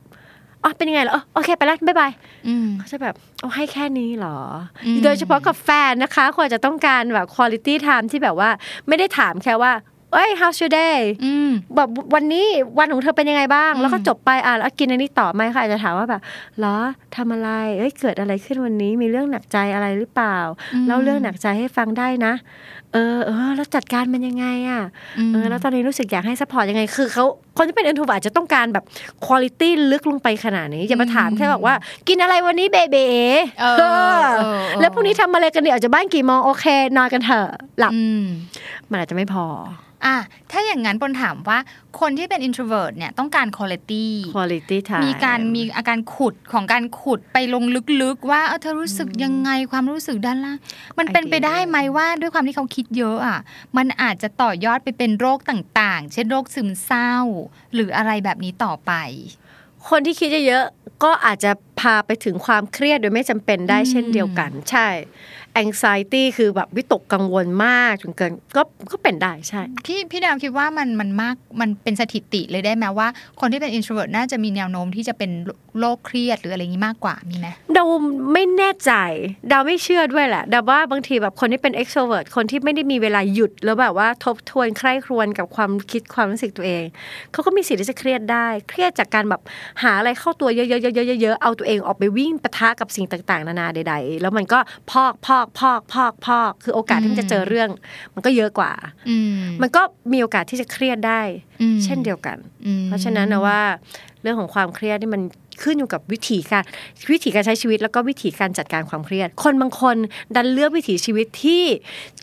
Speaker 3: อ๋อเป็นยังไงเหรออ๋อโอเคไปละบ๊ายบาย
Speaker 2: อืม
Speaker 3: เขาจะแบบเอาให้แค่นี้เหรออ
Speaker 2: ม
Speaker 3: โดยเฉพาะกับแฟนนะคะควรจะต้องการแบบคุณ i t y time ที่แบบว่าไม่ได้ถามแค่ว่า เอ้ย how's your day
Speaker 2: อืม
Speaker 3: แบบวันนี้วันของเธอเป็นยังไงบ้าง
Speaker 2: อืม
Speaker 3: แล้วก็จบไปอ่ะแล้วกินอันนี้ต่อไหมค่ะอาจจะถามว่าแบบเหรอทำอะไรเอ้ยเกิดอะไรขึ้นวันนี้มีเรื่องหนักใจอะไรหรือเปล่าเล่าเรื่องหนักใจให้ฟังได้นะ เออเออแล้วจัดการมันยังไงอ่ะ
Speaker 2: ม
Speaker 3: เออแล้วตอนนี้รู้สึกอยากให้ซัพพอร์ตยังไงคือเขาคนที่เป็น i n t r o v e r t จะต้องการแบบคุณ i t y ลึกลงไปขนาดนี้อย่ามาถามแค่บอกว่า กินอะไรวันนี้เบเบ
Speaker 2: เออ
Speaker 3: เอ
Speaker 2: เออ
Speaker 3: อ
Speaker 2: เออ
Speaker 3: แล้วพรุ่งนี้ทำอะไรกันเนี่ยออกจากบ้านกี่โมงโอเคนอนกันเถอะหลับ
Speaker 2: อืม
Speaker 3: มันอาจจะไม่พอ
Speaker 2: อ่ะถ้าอย่างนั้นปนถามว่าคนที่เป็น introvert เนี่ยต้องการ quality
Speaker 3: quality time
Speaker 2: มีการมีอาการขุดของการขุดไปลงลึกๆ ว่าเออเธอรู้สึกยังไงความรู้สึกด้านล่างมันเป็นไปได้ไหมว่าด้วยความที่เขาคิดเยอะอ่ะ มันอาจจะต่อยอดไปเป็นโรคต่างๆ เช่นโรคซึมเศร้า หรืออะไรแบบนี้ต่อไป
Speaker 3: คนที่คิดเยอะๆ ก็อาจจะพาไปถึงความเครียดโดยไม่จำเป็นได้
Speaker 2: อืม
Speaker 3: เช่นเดียวกัน ใช่ anxiety คือแบบวิตกกังวลมากจนเกินก็ก็เป็นได้ใช่
Speaker 2: พี่พี่ดาวคิดว่ามันมันมากมันเป็นสถิติเลยได้ไหมว่า คนที่เป็น introvert น่าจะมีแนวโน้มที่จะเป็นโรคเครียดหรืออะไรอย่างนี้มากกว่ามีไหม
Speaker 3: เราไม่แน่ใจเราไม่เชื่อด้วยแหละเราว่าบางทีแบบคนที่เป็น extrovert คนที่ไม่ได้มีเวลาหยุด แล้วแบบว่าทบทวนใคร่ครวญกับความคิดความรู้สึกตัวเอง เขาก็มีสิทธิ์ที่จะเครียดได้ เครียดจากการแบบหาอะไรเข้าตัวเยอะๆเยอะๆเยอะๆเอาตัวเองออกไปวิ่งปะทะกับสิ่งต่างๆ นานาใด ๆ แล้วมันก็พอกพอกพอกพอกพอกคือโอกาสที่มันจะเจอเรื่อง มันก็เยอะกว่า
Speaker 2: อืม
Speaker 3: มันก็มีโอกาสที่จะเครียดได้
Speaker 2: อืม
Speaker 3: เช่นเดียวกัน
Speaker 2: อืม
Speaker 3: เพราะฉะนั้นนะว่าเรื่องของความเครียดนี่มันขึ้นอยู่กับวิถีการวิถีการใช้ชีวิตแล้วก็วิถีการจัดการความเครียด คนบางคนดันเลือกวิถีชีวิตที่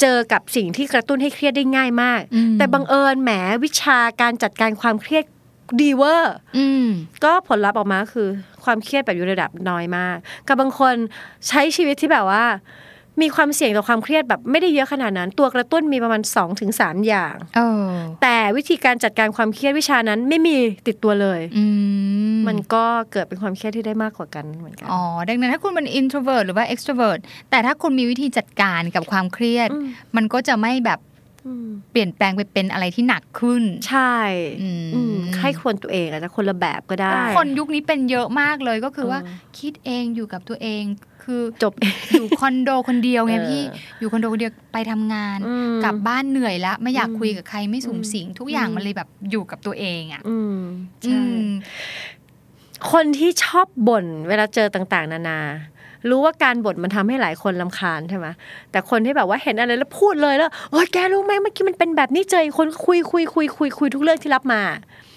Speaker 3: เจอกับสิ่งที่กระตุ้นให้เครียดได้ง่ายมาก
Speaker 2: อืม
Speaker 3: แต่บังเอิญแหมวิชาการจัดการความเครียดดีเวอร์
Speaker 2: อืม
Speaker 3: ก็ผลลัพธ์ออกมาก็คือความเครียดแบบอยู่ระดับน้อยมาก กับบางคนใช้ชีวิตที่แบบว่า มีความเสี่ยงต่อความเครียดแบบไม่ได้เยอะขนาดนั้น ตัวกระตุ้นมีประมาณ2-3อย่าง
Speaker 2: เออ
Speaker 3: แต่วิธีการจัดการความเครียดวิชานั้นไม่มีติดตัวเลย
Speaker 2: อืม
Speaker 3: มันก็เกิดเป็นความเครียดที่ได้มากกว่ากันเหมือนกัน
Speaker 2: อ๋อ ดังนั้นถ้าคุณเป็น introvert หรือว่า extrovert แต่ถ้าคุณมีวิธีจัดการกับความเครียด
Speaker 3: อืม
Speaker 2: มันก็จะไม่แบบ
Speaker 3: ม
Speaker 2: เปลี่ยนแปลงไปเป็นอะไรที่หนักขึ้น
Speaker 3: ใช่
Speaker 2: อืม
Speaker 3: อืมใครควรตัวเองอาจจะคนละแบบก็ได้
Speaker 2: คนยุคนี้เป็นเยอะมากเลยก็คือว่า
Speaker 3: เออ
Speaker 2: คิดเองอยู่กับตัวเอง คือ
Speaker 3: จบ
Speaker 2: อยู่คอนโดคนเดียวไง
Speaker 3: เออ
Speaker 2: พี่ อยู่คอนโดคนเดียวไปทำงาน
Speaker 3: อืม
Speaker 2: กลับบ้านเหนื่อยแล้ว ไม่อยาก
Speaker 3: อืม
Speaker 2: คุยกับใครไม่สูง
Speaker 3: อืม
Speaker 2: สิงทุกอย่าง
Speaker 3: อืม
Speaker 2: มันเลยแบบอยู่กับตัวเองอ่ะ
Speaker 3: อืม
Speaker 2: อื
Speaker 3: ใช่
Speaker 2: ม
Speaker 3: คนที่ชอบบ่นเวลาเจอต่างๆ นานา รู้ว่าการบ่นมันทำให้หลายคนลำคาญใช่ไหมแต่คนที่แบบว่าเห็นอะไรแล้วพูดเลยแล้วโอ้ยแกรู้ไหมเมื่อกี้มันเป็นแบบนี้เจออีกคนก็คุยคุยคุยคุยคุยทุกเรื่องที่รับมา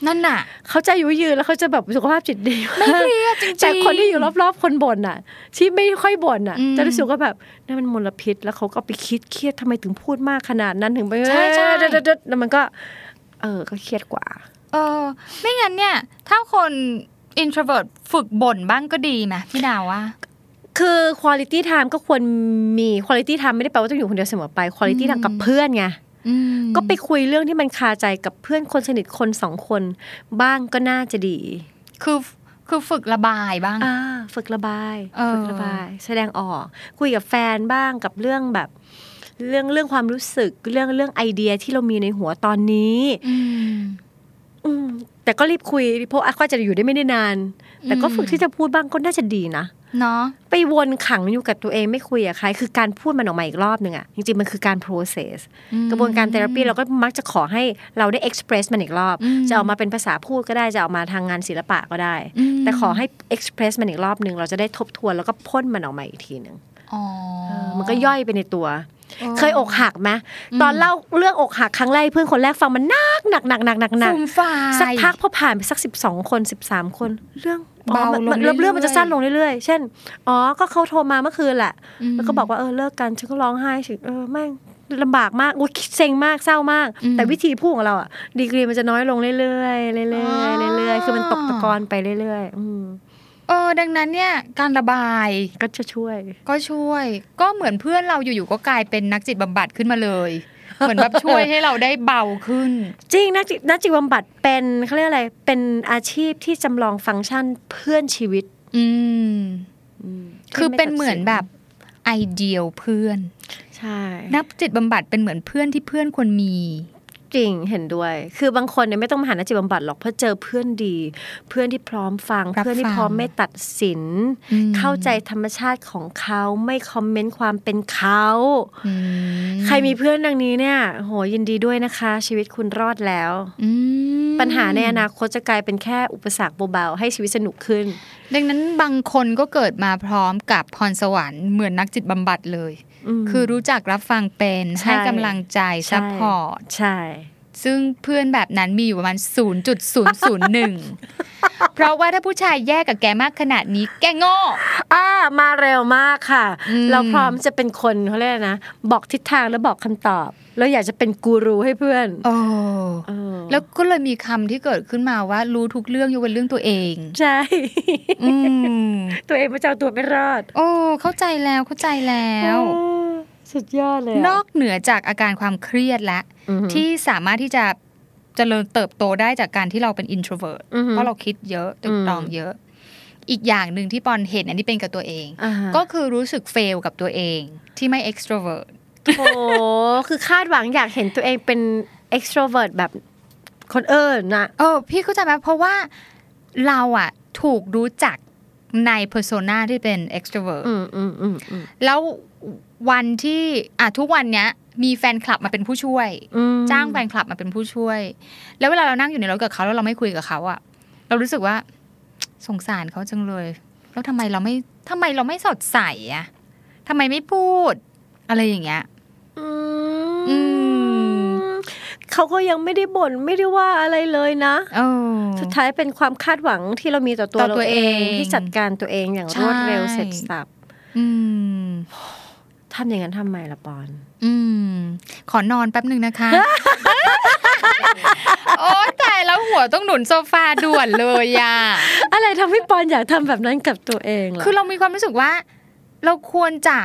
Speaker 2: นั่นน่ะ
Speaker 3: เขาจะอายุยืนแล้วเขาจะแบบสุขภาพจิตดี
Speaker 2: ไม่เครียดจริงๆ
Speaker 3: แต่คนที่อยู่รอบๆคนบ่นอ่ะ ที่ไม่ค่อยบ่นอ่ะ
Speaker 2: อืม
Speaker 3: จะรู้สึกว่าแบบนั่นมันมลพิษ แล้วเขาก็ไปคิดเครียดทำไมถึงพูดมากขนาดนั้นถึงไป
Speaker 2: ใช่ใช่
Speaker 3: เด็ดๆๆแล้วมันก็ เออก็เครียดกว่า
Speaker 2: เออไม่งั้นเนี่ย ถ้าคน introvert ฝึกบ่นบ้างก็ดีไหมพี่ดาวว่า
Speaker 3: คือคุณ i t y time ก็ควรมีคุณ i t y time ไม่ได้แปลว่าต้องอยู่คนเดียวเสมอไปคุณ i t y
Speaker 2: อืม
Speaker 3: time กับเพื่อนไง
Speaker 2: อืม
Speaker 3: ก็ไปคุยเรื่องที่มันคาใจกับเพื่อนคนสนิทคนสองคนบ้างก็น่าจะดี
Speaker 2: คือคือฝึกระบายบ้าง
Speaker 3: อ่าฝึกระบาย
Speaker 2: เออ
Speaker 3: ฝึกระบาย แสดงออก คุยกับแฟนบ้างกับเรื่องแบบ เรื่องเรื่องความรู้สึกเรื่องเรื่องไอเดียที่เรามีในหัวตอนนี้
Speaker 2: อืม อืม
Speaker 3: แต่ก็รีบคุยเพราะอาจก็จะอยู่ได้ไม่ได้นาน แต่ก็
Speaker 2: อืม
Speaker 3: ฝึกที่จะพูดบ้างก็น่าจะดีนะ
Speaker 2: เนาะ
Speaker 3: ไปวนขังอยู่กับตัวเองไม่คุยกับใคร คือการพูดมันออกมาอีกรอบหนึ่งอะจริงๆ มันคือการ process
Speaker 2: อืม
Speaker 3: กระบวนการเทอราปีเราก็มักจะขอให้เราได้ express มันอีกรอบ
Speaker 2: อืม
Speaker 3: จะออกมาเป็นภาษาพูดก็ได้จะออกมาทางงานศิลปะก็ได้
Speaker 2: ม
Speaker 3: แต่ขอให้ express มันอีกรอบหนึ่งเราจะได้ทบทวนแล้วก็พ่นมันออกมาอีกทีหนึ่ง
Speaker 2: อ๋อ
Speaker 3: เออมันก็ย่อยไปในตัว
Speaker 2: ออ
Speaker 3: เคยอกหักไหม
Speaker 2: อืม
Speaker 3: ตอนเล่าเรื่องอกหักครั้งแรกเพื่อนคนแรกฟังมันหนักหนักหนักหนักหนักหนัก
Speaker 2: ฟูมฝ่าย
Speaker 3: สักพักพอผ่านไปสักสิบสองคนสิบสามคน เรื่องอ๋อ
Speaker 2: เบา
Speaker 3: มัน
Speaker 2: ลง
Speaker 3: มันเรื่องมัน
Speaker 2: เรื่อยๆ
Speaker 3: จะสั้นลงเรื่อยๆ เช่น อ๋อ ก็เขาโทรมาเมื่อคืนแหละ
Speaker 2: ม
Speaker 3: แล้วก็บอกว่าเออเลิกกันฉันก็ร้องไห้ฉันเออแม่งลำบากมากโอ้ยเซ็งมากเศร้ามาก
Speaker 2: อืม
Speaker 3: แต่วิธีพูดของเราอะดีกรีมันจะน้อยลงเรื่อยๆเรื่อย
Speaker 2: อ๋อ
Speaker 3: ๆเรื่อยๆคือมันตกตะกอนไปเรื่อยๆอืม
Speaker 2: เออดังนั้นเนี่ยการระบาย
Speaker 3: ก็จะช่วย
Speaker 2: ก็ช่วย ก็เหมือนเพื่อนเราอยู่ๆก็กลายเป็นนักจิตบำบัดขึ้นมาเลย เหมือนแบบช่วยให้เราได้เบาขึ้น
Speaker 3: จริงนักจิตนักจิตบำบัดเป็นเขาเรียกอะไรเป็นอาชีพที่จำลองฟังก์ชันเพื่อนชีวิต
Speaker 2: อืม
Speaker 3: อืม
Speaker 2: คือเป็นเหมือนแบบไอ ideal เพื่อน
Speaker 3: ใช่
Speaker 2: นักจิตบำบัดเป็นเหมือนเพื่อนที่เพื่อนควรมี
Speaker 3: จริงเห็นด้วย คือบางคนเนี่ยไม่ต้องมาหานักจิตบำบัดหรอกเพราะเจอเพื่อนดี เพื่อนที่พร้อมฟัง
Speaker 2: รับ
Speaker 3: เพื่อนที่
Speaker 2: ฟัง
Speaker 3: พร้อมไม่ตัดสิน
Speaker 2: อืม
Speaker 3: เข้าใจธรรมชาติของเขาไม่คอมเมนต์ความเป็นเขา
Speaker 2: อืม
Speaker 3: ใครมีเพื่อนดังนี้เนี่ยโหยินดีด้วยนะคะ ชีวิตคุณรอดแล้ว
Speaker 2: อืม
Speaker 3: ปัญหาในอนาคตจะกลายเป็นแค่อุปสรรคเบาๆให้ชีวิตสนุกขึ้น
Speaker 2: ดังนั้นบางคนก็เกิดมาพร้อมกับพรสวรรค์เหมือนนักจิตบำบัดเลย คือรู้จักรับฟังเป็น
Speaker 3: ใช่
Speaker 2: ให้กำลังใจ
Speaker 3: ใช่
Speaker 2: ซัพพอร์ต
Speaker 3: ใช่
Speaker 2: ซึ่งเพื่อนแบบนั้นมีอยู่ประมาณ 0.001 เพราะว่าถ้าผู้ชายแย่กับแกมากขนาดนี้ แกโง่
Speaker 3: อ่ามาเร็วมากค่ะ
Speaker 2: อืม
Speaker 3: เราพร้อมจะเป็นคนเขาเรียกอะไรนะ บอกทิศทางแล้วบอกคำตอบ แล้วอยากจะเป็นกูรูให้เพื่อน
Speaker 2: โอ้
Speaker 3: เออ
Speaker 2: แล้วก็เลยมีคำที่เกิดขึ้นมาว่ารู้ทุกเรื่องยกเว้นเรื่องตัวเอง
Speaker 3: ใช่
Speaker 2: อืม
Speaker 3: ตัวเองมาเจ้าตัวไม่รอด
Speaker 2: โอ้เข้าใจแล้วเข้าใจแล้ว
Speaker 3: เออสุดยอดเลยะ
Speaker 2: นอกเหนือจากอาการความเครียดแล้ว
Speaker 3: อือหือ
Speaker 2: ที่สามารถที่จะเจริญเติบโตได้จากการที่เราเป็น introvert
Speaker 3: อือฮึ
Speaker 2: เพราะเราคิดเยอะตึก
Speaker 3: อืม
Speaker 2: ตรองเยอะ อีกอย่างหนึ่งที่ปอนเห็นอันนี้เป็นกับตัวเอง
Speaker 3: อ่าฮะ
Speaker 2: ก็คือรู้สึกเฟลกับตัวเองที่ไม่ extrovert
Speaker 3: โอ้คือคาดหวังอยากเห็นตัวเองเป็น extrovert แบบคนเอิญนะ
Speaker 2: เออ พี่เข้าใจไหมเพราะว่าเราอะถูกรู้จักใน persona ที่เป็น extrovert
Speaker 3: อืมอืมอืมอืม
Speaker 2: แล้ววันที่อ่ะทุกวันเนี้ยมีแฟนคลับมาเป็นผู้ช่วย
Speaker 3: อืม
Speaker 2: จ้างแฟนคลับมาเป็นผู้ช่วย แล้วเวลาเรานั่งอยู่ในรถกับเขาแล้วเราไม่คุยกับเขาอะเรารู้สึกว่า สงสารเขาจังเลย แล้วทำไมเราไม่ทำไมเราไม่สดใสอะทำไมไม่พูด อะไรอย่างเงี้ย
Speaker 3: อื
Speaker 2: อื
Speaker 3: ม
Speaker 2: ม
Speaker 3: เขาก็ยังไม่ได้บ่นไม่ได้ว่าอะไรเลยนะ
Speaker 2: เออ
Speaker 3: สุดท้ายเป็นความคาดหวังที่เรามีต่อตัว
Speaker 2: ต่อ
Speaker 3: เรา
Speaker 2: ตัว
Speaker 3: เอ
Speaker 2: เอง
Speaker 3: งที่จัดการตัวเองอย่าง
Speaker 2: ใช่
Speaker 3: รวดเร็วเสร็จสับ
Speaker 2: อืม
Speaker 3: ทำอย่างนั้นทำไมล่ะปอน
Speaker 2: อืม ขอนอนแป๊บหนึ่ง นะคะ โอ้แต่แล้วหัวต้องหนุนโซฟาด่วนเลยอ่ะ
Speaker 3: อะไรทำให้ปอนอยากทำแบบนั้นกับตัวเองล่ะ
Speaker 2: คือเรามีความรู้สึกว่า เราควรจะ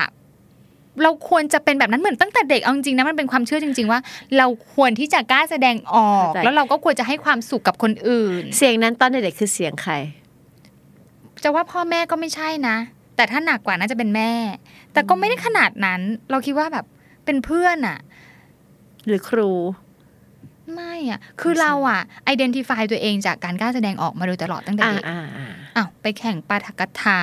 Speaker 2: เราควรจะเป็นแบบนั้นเหมือนตั้งแต่เด็กเอาจริงๆนะมันเป็นความเชื่อจริง ๆ ว่า เราควรที่จะกล้าแสดงออก แล้วเราก็ควรจะให้ความสุขกับคนอื่น
Speaker 3: เสียงนั้นตอนเด็กๆคือเสียงใคร
Speaker 2: จะว่าพ่อแม่ก็ไม่ใช่นะ แต่ถ้าหนักกว่าน่าจะเป็นแม่ แต่ก็ไม่ได้ขนาดนั้น เราคิดว่าแบบเป็นเพื่อนอะ
Speaker 3: หรือครู
Speaker 2: ไม่อะคือเราอะไอดีนติฟายตัวเองจากการกล้าแสดงออกมาโดยตลอดตั้งแต่
Speaker 3: อ่า
Speaker 2: เด็ก
Speaker 3: อ่าอ่า
Speaker 2: อ้าวไปแข่งปาฐกถา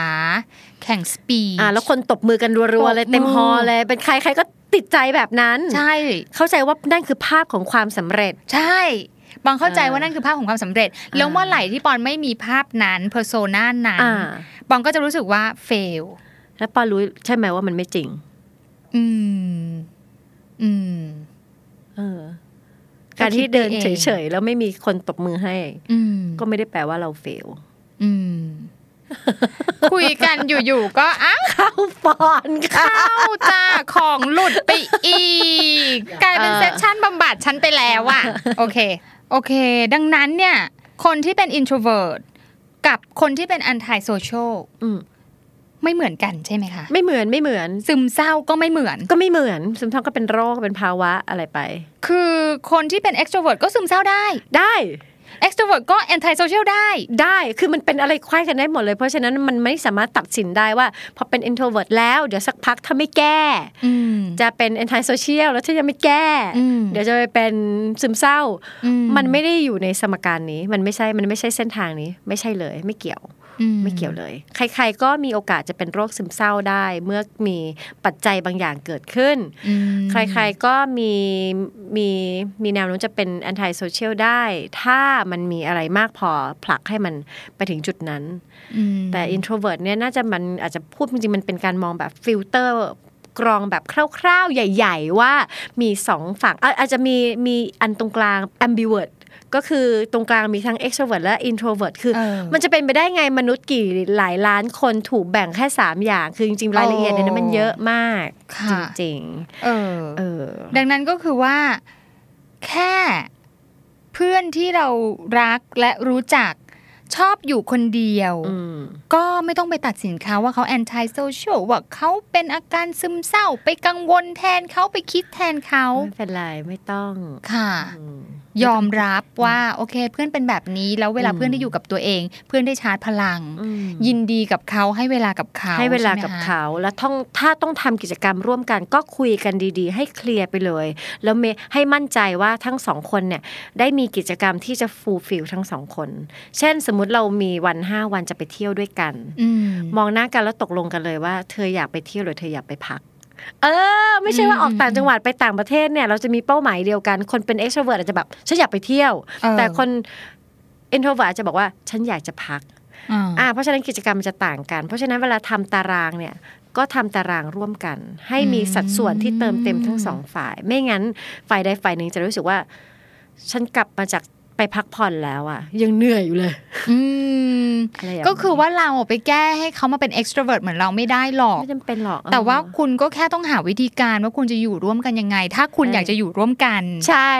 Speaker 2: แข่งสปี
Speaker 3: อ่าแล้วคนตบมือกันรัวๆเลย
Speaker 2: ตบมือ
Speaker 3: เต็มฮอลเลย เป็นใครใครก็ติดใจแบบนั้น
Speaker 2: ใช่
Speaker 3: เข้าใจว่านั่นคือภาพของความสำเร็จ
Speaker 2: ใช่ บางเข้าใจ
Speaker 3: เออ
Speaker 2: ว่านั่นคือภาพของความสำเร็จ แล้ว
Speaker 3: อ่า
Speaker 2: เมื่อไหร่ที่ปอนไม่มีภาพนั้นเพอร์โซนานั้น
Speaker 3: อ่า
Speaker 2: ปอนก็จะรู้สึกว่าเฟล
Speaker 3: แล้วปอนรู้ใช่ไหมว่ามันไม่จริง
Speaker 2: อืม อืม
Speaker 3: เออ
Speaker 2: ก็
Speaker 3: การ
Speaker 2: คิ
Speaker 3: ที่
Speaker 2: ดไป
Speaker 3: เดิน
Speaker 2: เอง
Speaker 3: เฉยๆแล้วไม่มีคนตบมือให้
Speaker 2: อืม
Speaker 3: ก็ไม่ได้แปลว่าเราเฟล
Speaker 2: อืม คุยกันอยู่ๆก็อ้าว
Speaker 3: เข้าปอนค่ะ
Speaker 2: เข้าจ้าของหลุดไปอีก กลายเป็น
Speaker 3: เออ
Speaker 2: เซสชั่นบำบัดฉันไปแล้วอะโอเค โอเค ดังนั้นเนี่ย คนที่เป็น introvert กับคนที่เป็น anti social
Speaker 3: อืม
Speaker 2: ไม่เหมือนกันใช่ไหมคะ
Speaker 3: ไม่เหมือนไม่เหมือน
Speaker 2: ซึมเศร้าก็ไม่เหมือน
Speaker 3: ก็ไม่เหมือนซึมเศร้าก็เป็นโรคเป็นภาวะอะไรไป
Speaker 2: คือคนที่เป็น extrovert ก็ซึมเศร้าได้
Speaker 3: ได้
Speaker 2: extrovert ก็ anti social ได้
Speaker 3: ได้คือมันเป็นอะไรคล้ายกันได้หมดเลย เพราะฉะนั้นมันไม่สามารถตัดสินได้ว่าพอเป็น introvert แล้วเดี๋ยวสักพักถ้าไม่แก้
Speaker 2: อืม
Speaker 3: จะเป็น anti social แล้วถ้ายังไม่แก้
Speaker 2: อืม
Speaker 3: เดี๋ยวจะไปเป็นซึมเศร้า
Speaker 2: อื
Speaker 3: มันไม่ได้อยู่ในสมการนี้ มันไม่ใช่มันไม่ใช่เส้นทางนี้ ไม่ใช่เลย ไม่เกี่ยว
Speaker 2: อื
Speaker 3: ไม่เกี่ยวเลย ใคร ๆ ก็มีโอกาสจะเป็นโรคซึมเศร้าได้ เมื่อมีปัจจัยบางอย่างเกิดขึ้น
Speaker 2: อืม
Speaker 3: ใครๆก็มีมีมีแนวโน้มจะเป็น anti social ได้ ถ้ามันมีอะไรมากพอผลักให้มันไปถึงจุดนั้น
Speaker 2: อืม
Speaker 3: แต่ introvert เนี่ยน่าจะมันอาจจะพูดจริงๆมันเป็นการมองแบบฟิลเตอร์กรองแบบคร่าวๆ ใหญ่ๆ ว่ามีสองฝั่งอ่ะอาจจะมีมีอันตรงกลาง ambivert ก็คือตรงกลางมีทั้ง extrovert และ introvert คือ
Speaker 2: เออ
Speaker 3: มันจะเป็นไปได้ไงมนุษย์กี่หลายล้านคนถูกแบ่งแค่ 3 อย่าง คือจริงๆรายละเอียดเนี่ยนะมันเยอะมาก
Speaker 2: ค่ะ
Speaker 3: จริง
Speaker 2: เออ
Speaker 3: ๆเออ
Speaker 2: ดังนั้นก็คือว่า แค่เพื่อนที่เรารักและรู้จักชอบอยู่คนเดียว
Speaker 3: อืม
Speaker 2: ก็ไม่ต้องไปตัดสินเขาว่าเขา anti social ว่าเขาเป็นอาการซึมเศร้า ไปกังวลแทนเขาไปคิดแทนเขา
Speaker 3: ไม่เป็นไร ไม่ต้อง
Speaker 2: ค่ะ
Speaker 3: อืม
Speaker 2: ยอมรับว่าโอเค เพื่อนเป็นแบบนี้แล้วเวลา
Speaker 3: อืม
Speaker 2: เพื่อนได้อยู่กับตัวเอง เพื่อนได้ชาร์จพลัง
Speaker 3: อืม
Speaker 2: ยินดีกับเขาให้เวลากับเขา
Speaker 3: ให้เวลา
Speaker 2: ช่ไม
Speaker 3: กับ
Speaker 2: คะ
Speaker 3: เขาแล้วต้องถ้าต้องทำกิจกรรมร่วมกันก็คุยกันดีๆ ให้เคลียร์ไปเลย แล้วเมให้มั่นใจว่าทั้งสองคนเนี่ยได้มีกิจกรรมที่จะฟูลฟิลทั้งสองคน เช่นสมมุติเรามีวันห้าวันจะไปเที่ยวด้วยกัน
Speaker 2: อืม
Speaker 3: มองหน้ากันแล้วตกลงกันเลยว่าเธออยากไปเที่ยวหรือเธออยากไปพัก เออ ไม่ใช่ว่า
Speaker 2: อืม
Speaker 3: ออกต่างจังหวัดไปต่างประเทศเนี่ยเราจะมีเป้าหมายเดียวกัน คนเป็น e x t r o v e r t อาจจะแบบฉันอยากไปเที่ยว
Speaker 2: เออ
Speaker 3: แต่คน introvert อาจจะบอกว่าฉันอยากจะพัก
Speaker 2: อ่า
Speaker 3: อ่าเพราะฉะนั้นกิจกรรมมันจะต่างกัน เพราะฉะนั้นเวลาทำตารางเนี่ยก็ทำตารางร่วมกัน ให้มีสัดส่วนที่เติมเต็มทั้งสองฝ่าย ไม่งั้นฝ่ายใดฝ่ายหนึ่งจะรู้สึกว่า ฉันกลับมาจากไปพักผ่อนแล้วอ่ะ ยังเหนื่อยอยู่เลย
Speaker 2: อืม
Speaker 3: อะไรย่งเงี้ย
Speaker 2: ก็คือว่าเราไปแก้ให้เขามาเป็น extrovert เหมือนเราไม่ได้หรอก
Speaker 3: ไม่จำเป็นหรอก
Speaker 2: แต่ว่า
Speaker 3: เออ
Speaker 2: คุณก็แค่ต้องหาวิธีการว่าคุณจะอยู่ร่วมกันยังไง ถ้าคุณ
Speaker 3: ใช่
Speaker 2: อยากจะอยู่ร่วมกัน
Speaker 3: ใช่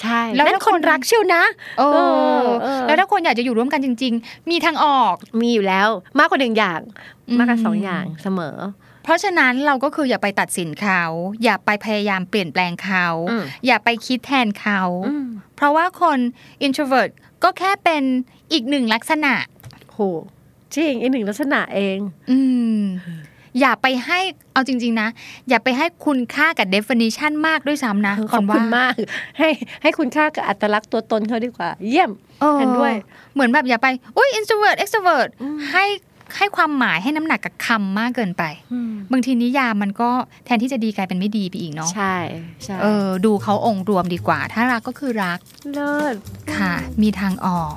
Speaker 3: ใช่
Speaker 2: แล้ว
Speaker 3: นั่น
Speaker 2: ถ้า
Speaker 3: ค
Speaker 2: คน น
Speaker 3: รักเชียวนะ
Speaker 2: โอ้
Speaker 3: เออเออ
Speaker 2: แล้วถ้าคนอยากจะอยู่ร่วมกันจริง ๆ มีทางออก
Speaker 3: มีอยู่แล้วมากกว่าหนึ่งอย่าง
Speaker 2: อืม
Speaker 3: มากกว่าสองอย่างเสมอ
Speaker 2: เพราะฉะนั้นเราก็คืออย่าไปตัดสินเขา อย่าไปพยายามเปลี่ยนแปลงเขา
Speaker 3: อืม
Speaker 2: อย่าไปคิดแทนเขา
Speaker 3: อืม
Speaker 2: เพราะว่าคน introvert ก็แค่เป็นอีกหนึ่งลักษณะ
Speaker 3: โหจริงอีกหนึ่งลักษณะเอง
Speaker 2: อืม อย่าไปให้เอาจริง ๆ นะ อย่าไปให้คุณค่ากับ definition มากด้วยซ้ำนะ
Speaker 3: ขอบ
Speaker 2: นว่
Speaker 3: คุณมาก ให้ให้คุณค่ากับอัตลักษณ์ตัวตนเขาดีกว่า เยี่ยม
Speaker 2: เออ
Speaker 3: เห็นด้วย
Speaker 2: เหมือนแบบอย่าไปอุ้ย introvert extrovert
Speaker 3: อืม
Speaker 2: ให้ให้ความหมายให้น้ำหนักกับคำมากเกินไป บางทีนิยามมันก็แทนที่จะดีกลายเป็นไม่ดีไปอีกเนาะ
Speaker 3: ใช่ใช่
Speaker 2: เออ ดูเขาองค์รวมดีกว่า ถ้ารักก็คือรัก
Speaker 3: เลิศ
Speaker 2: ค่ะ มีทางออก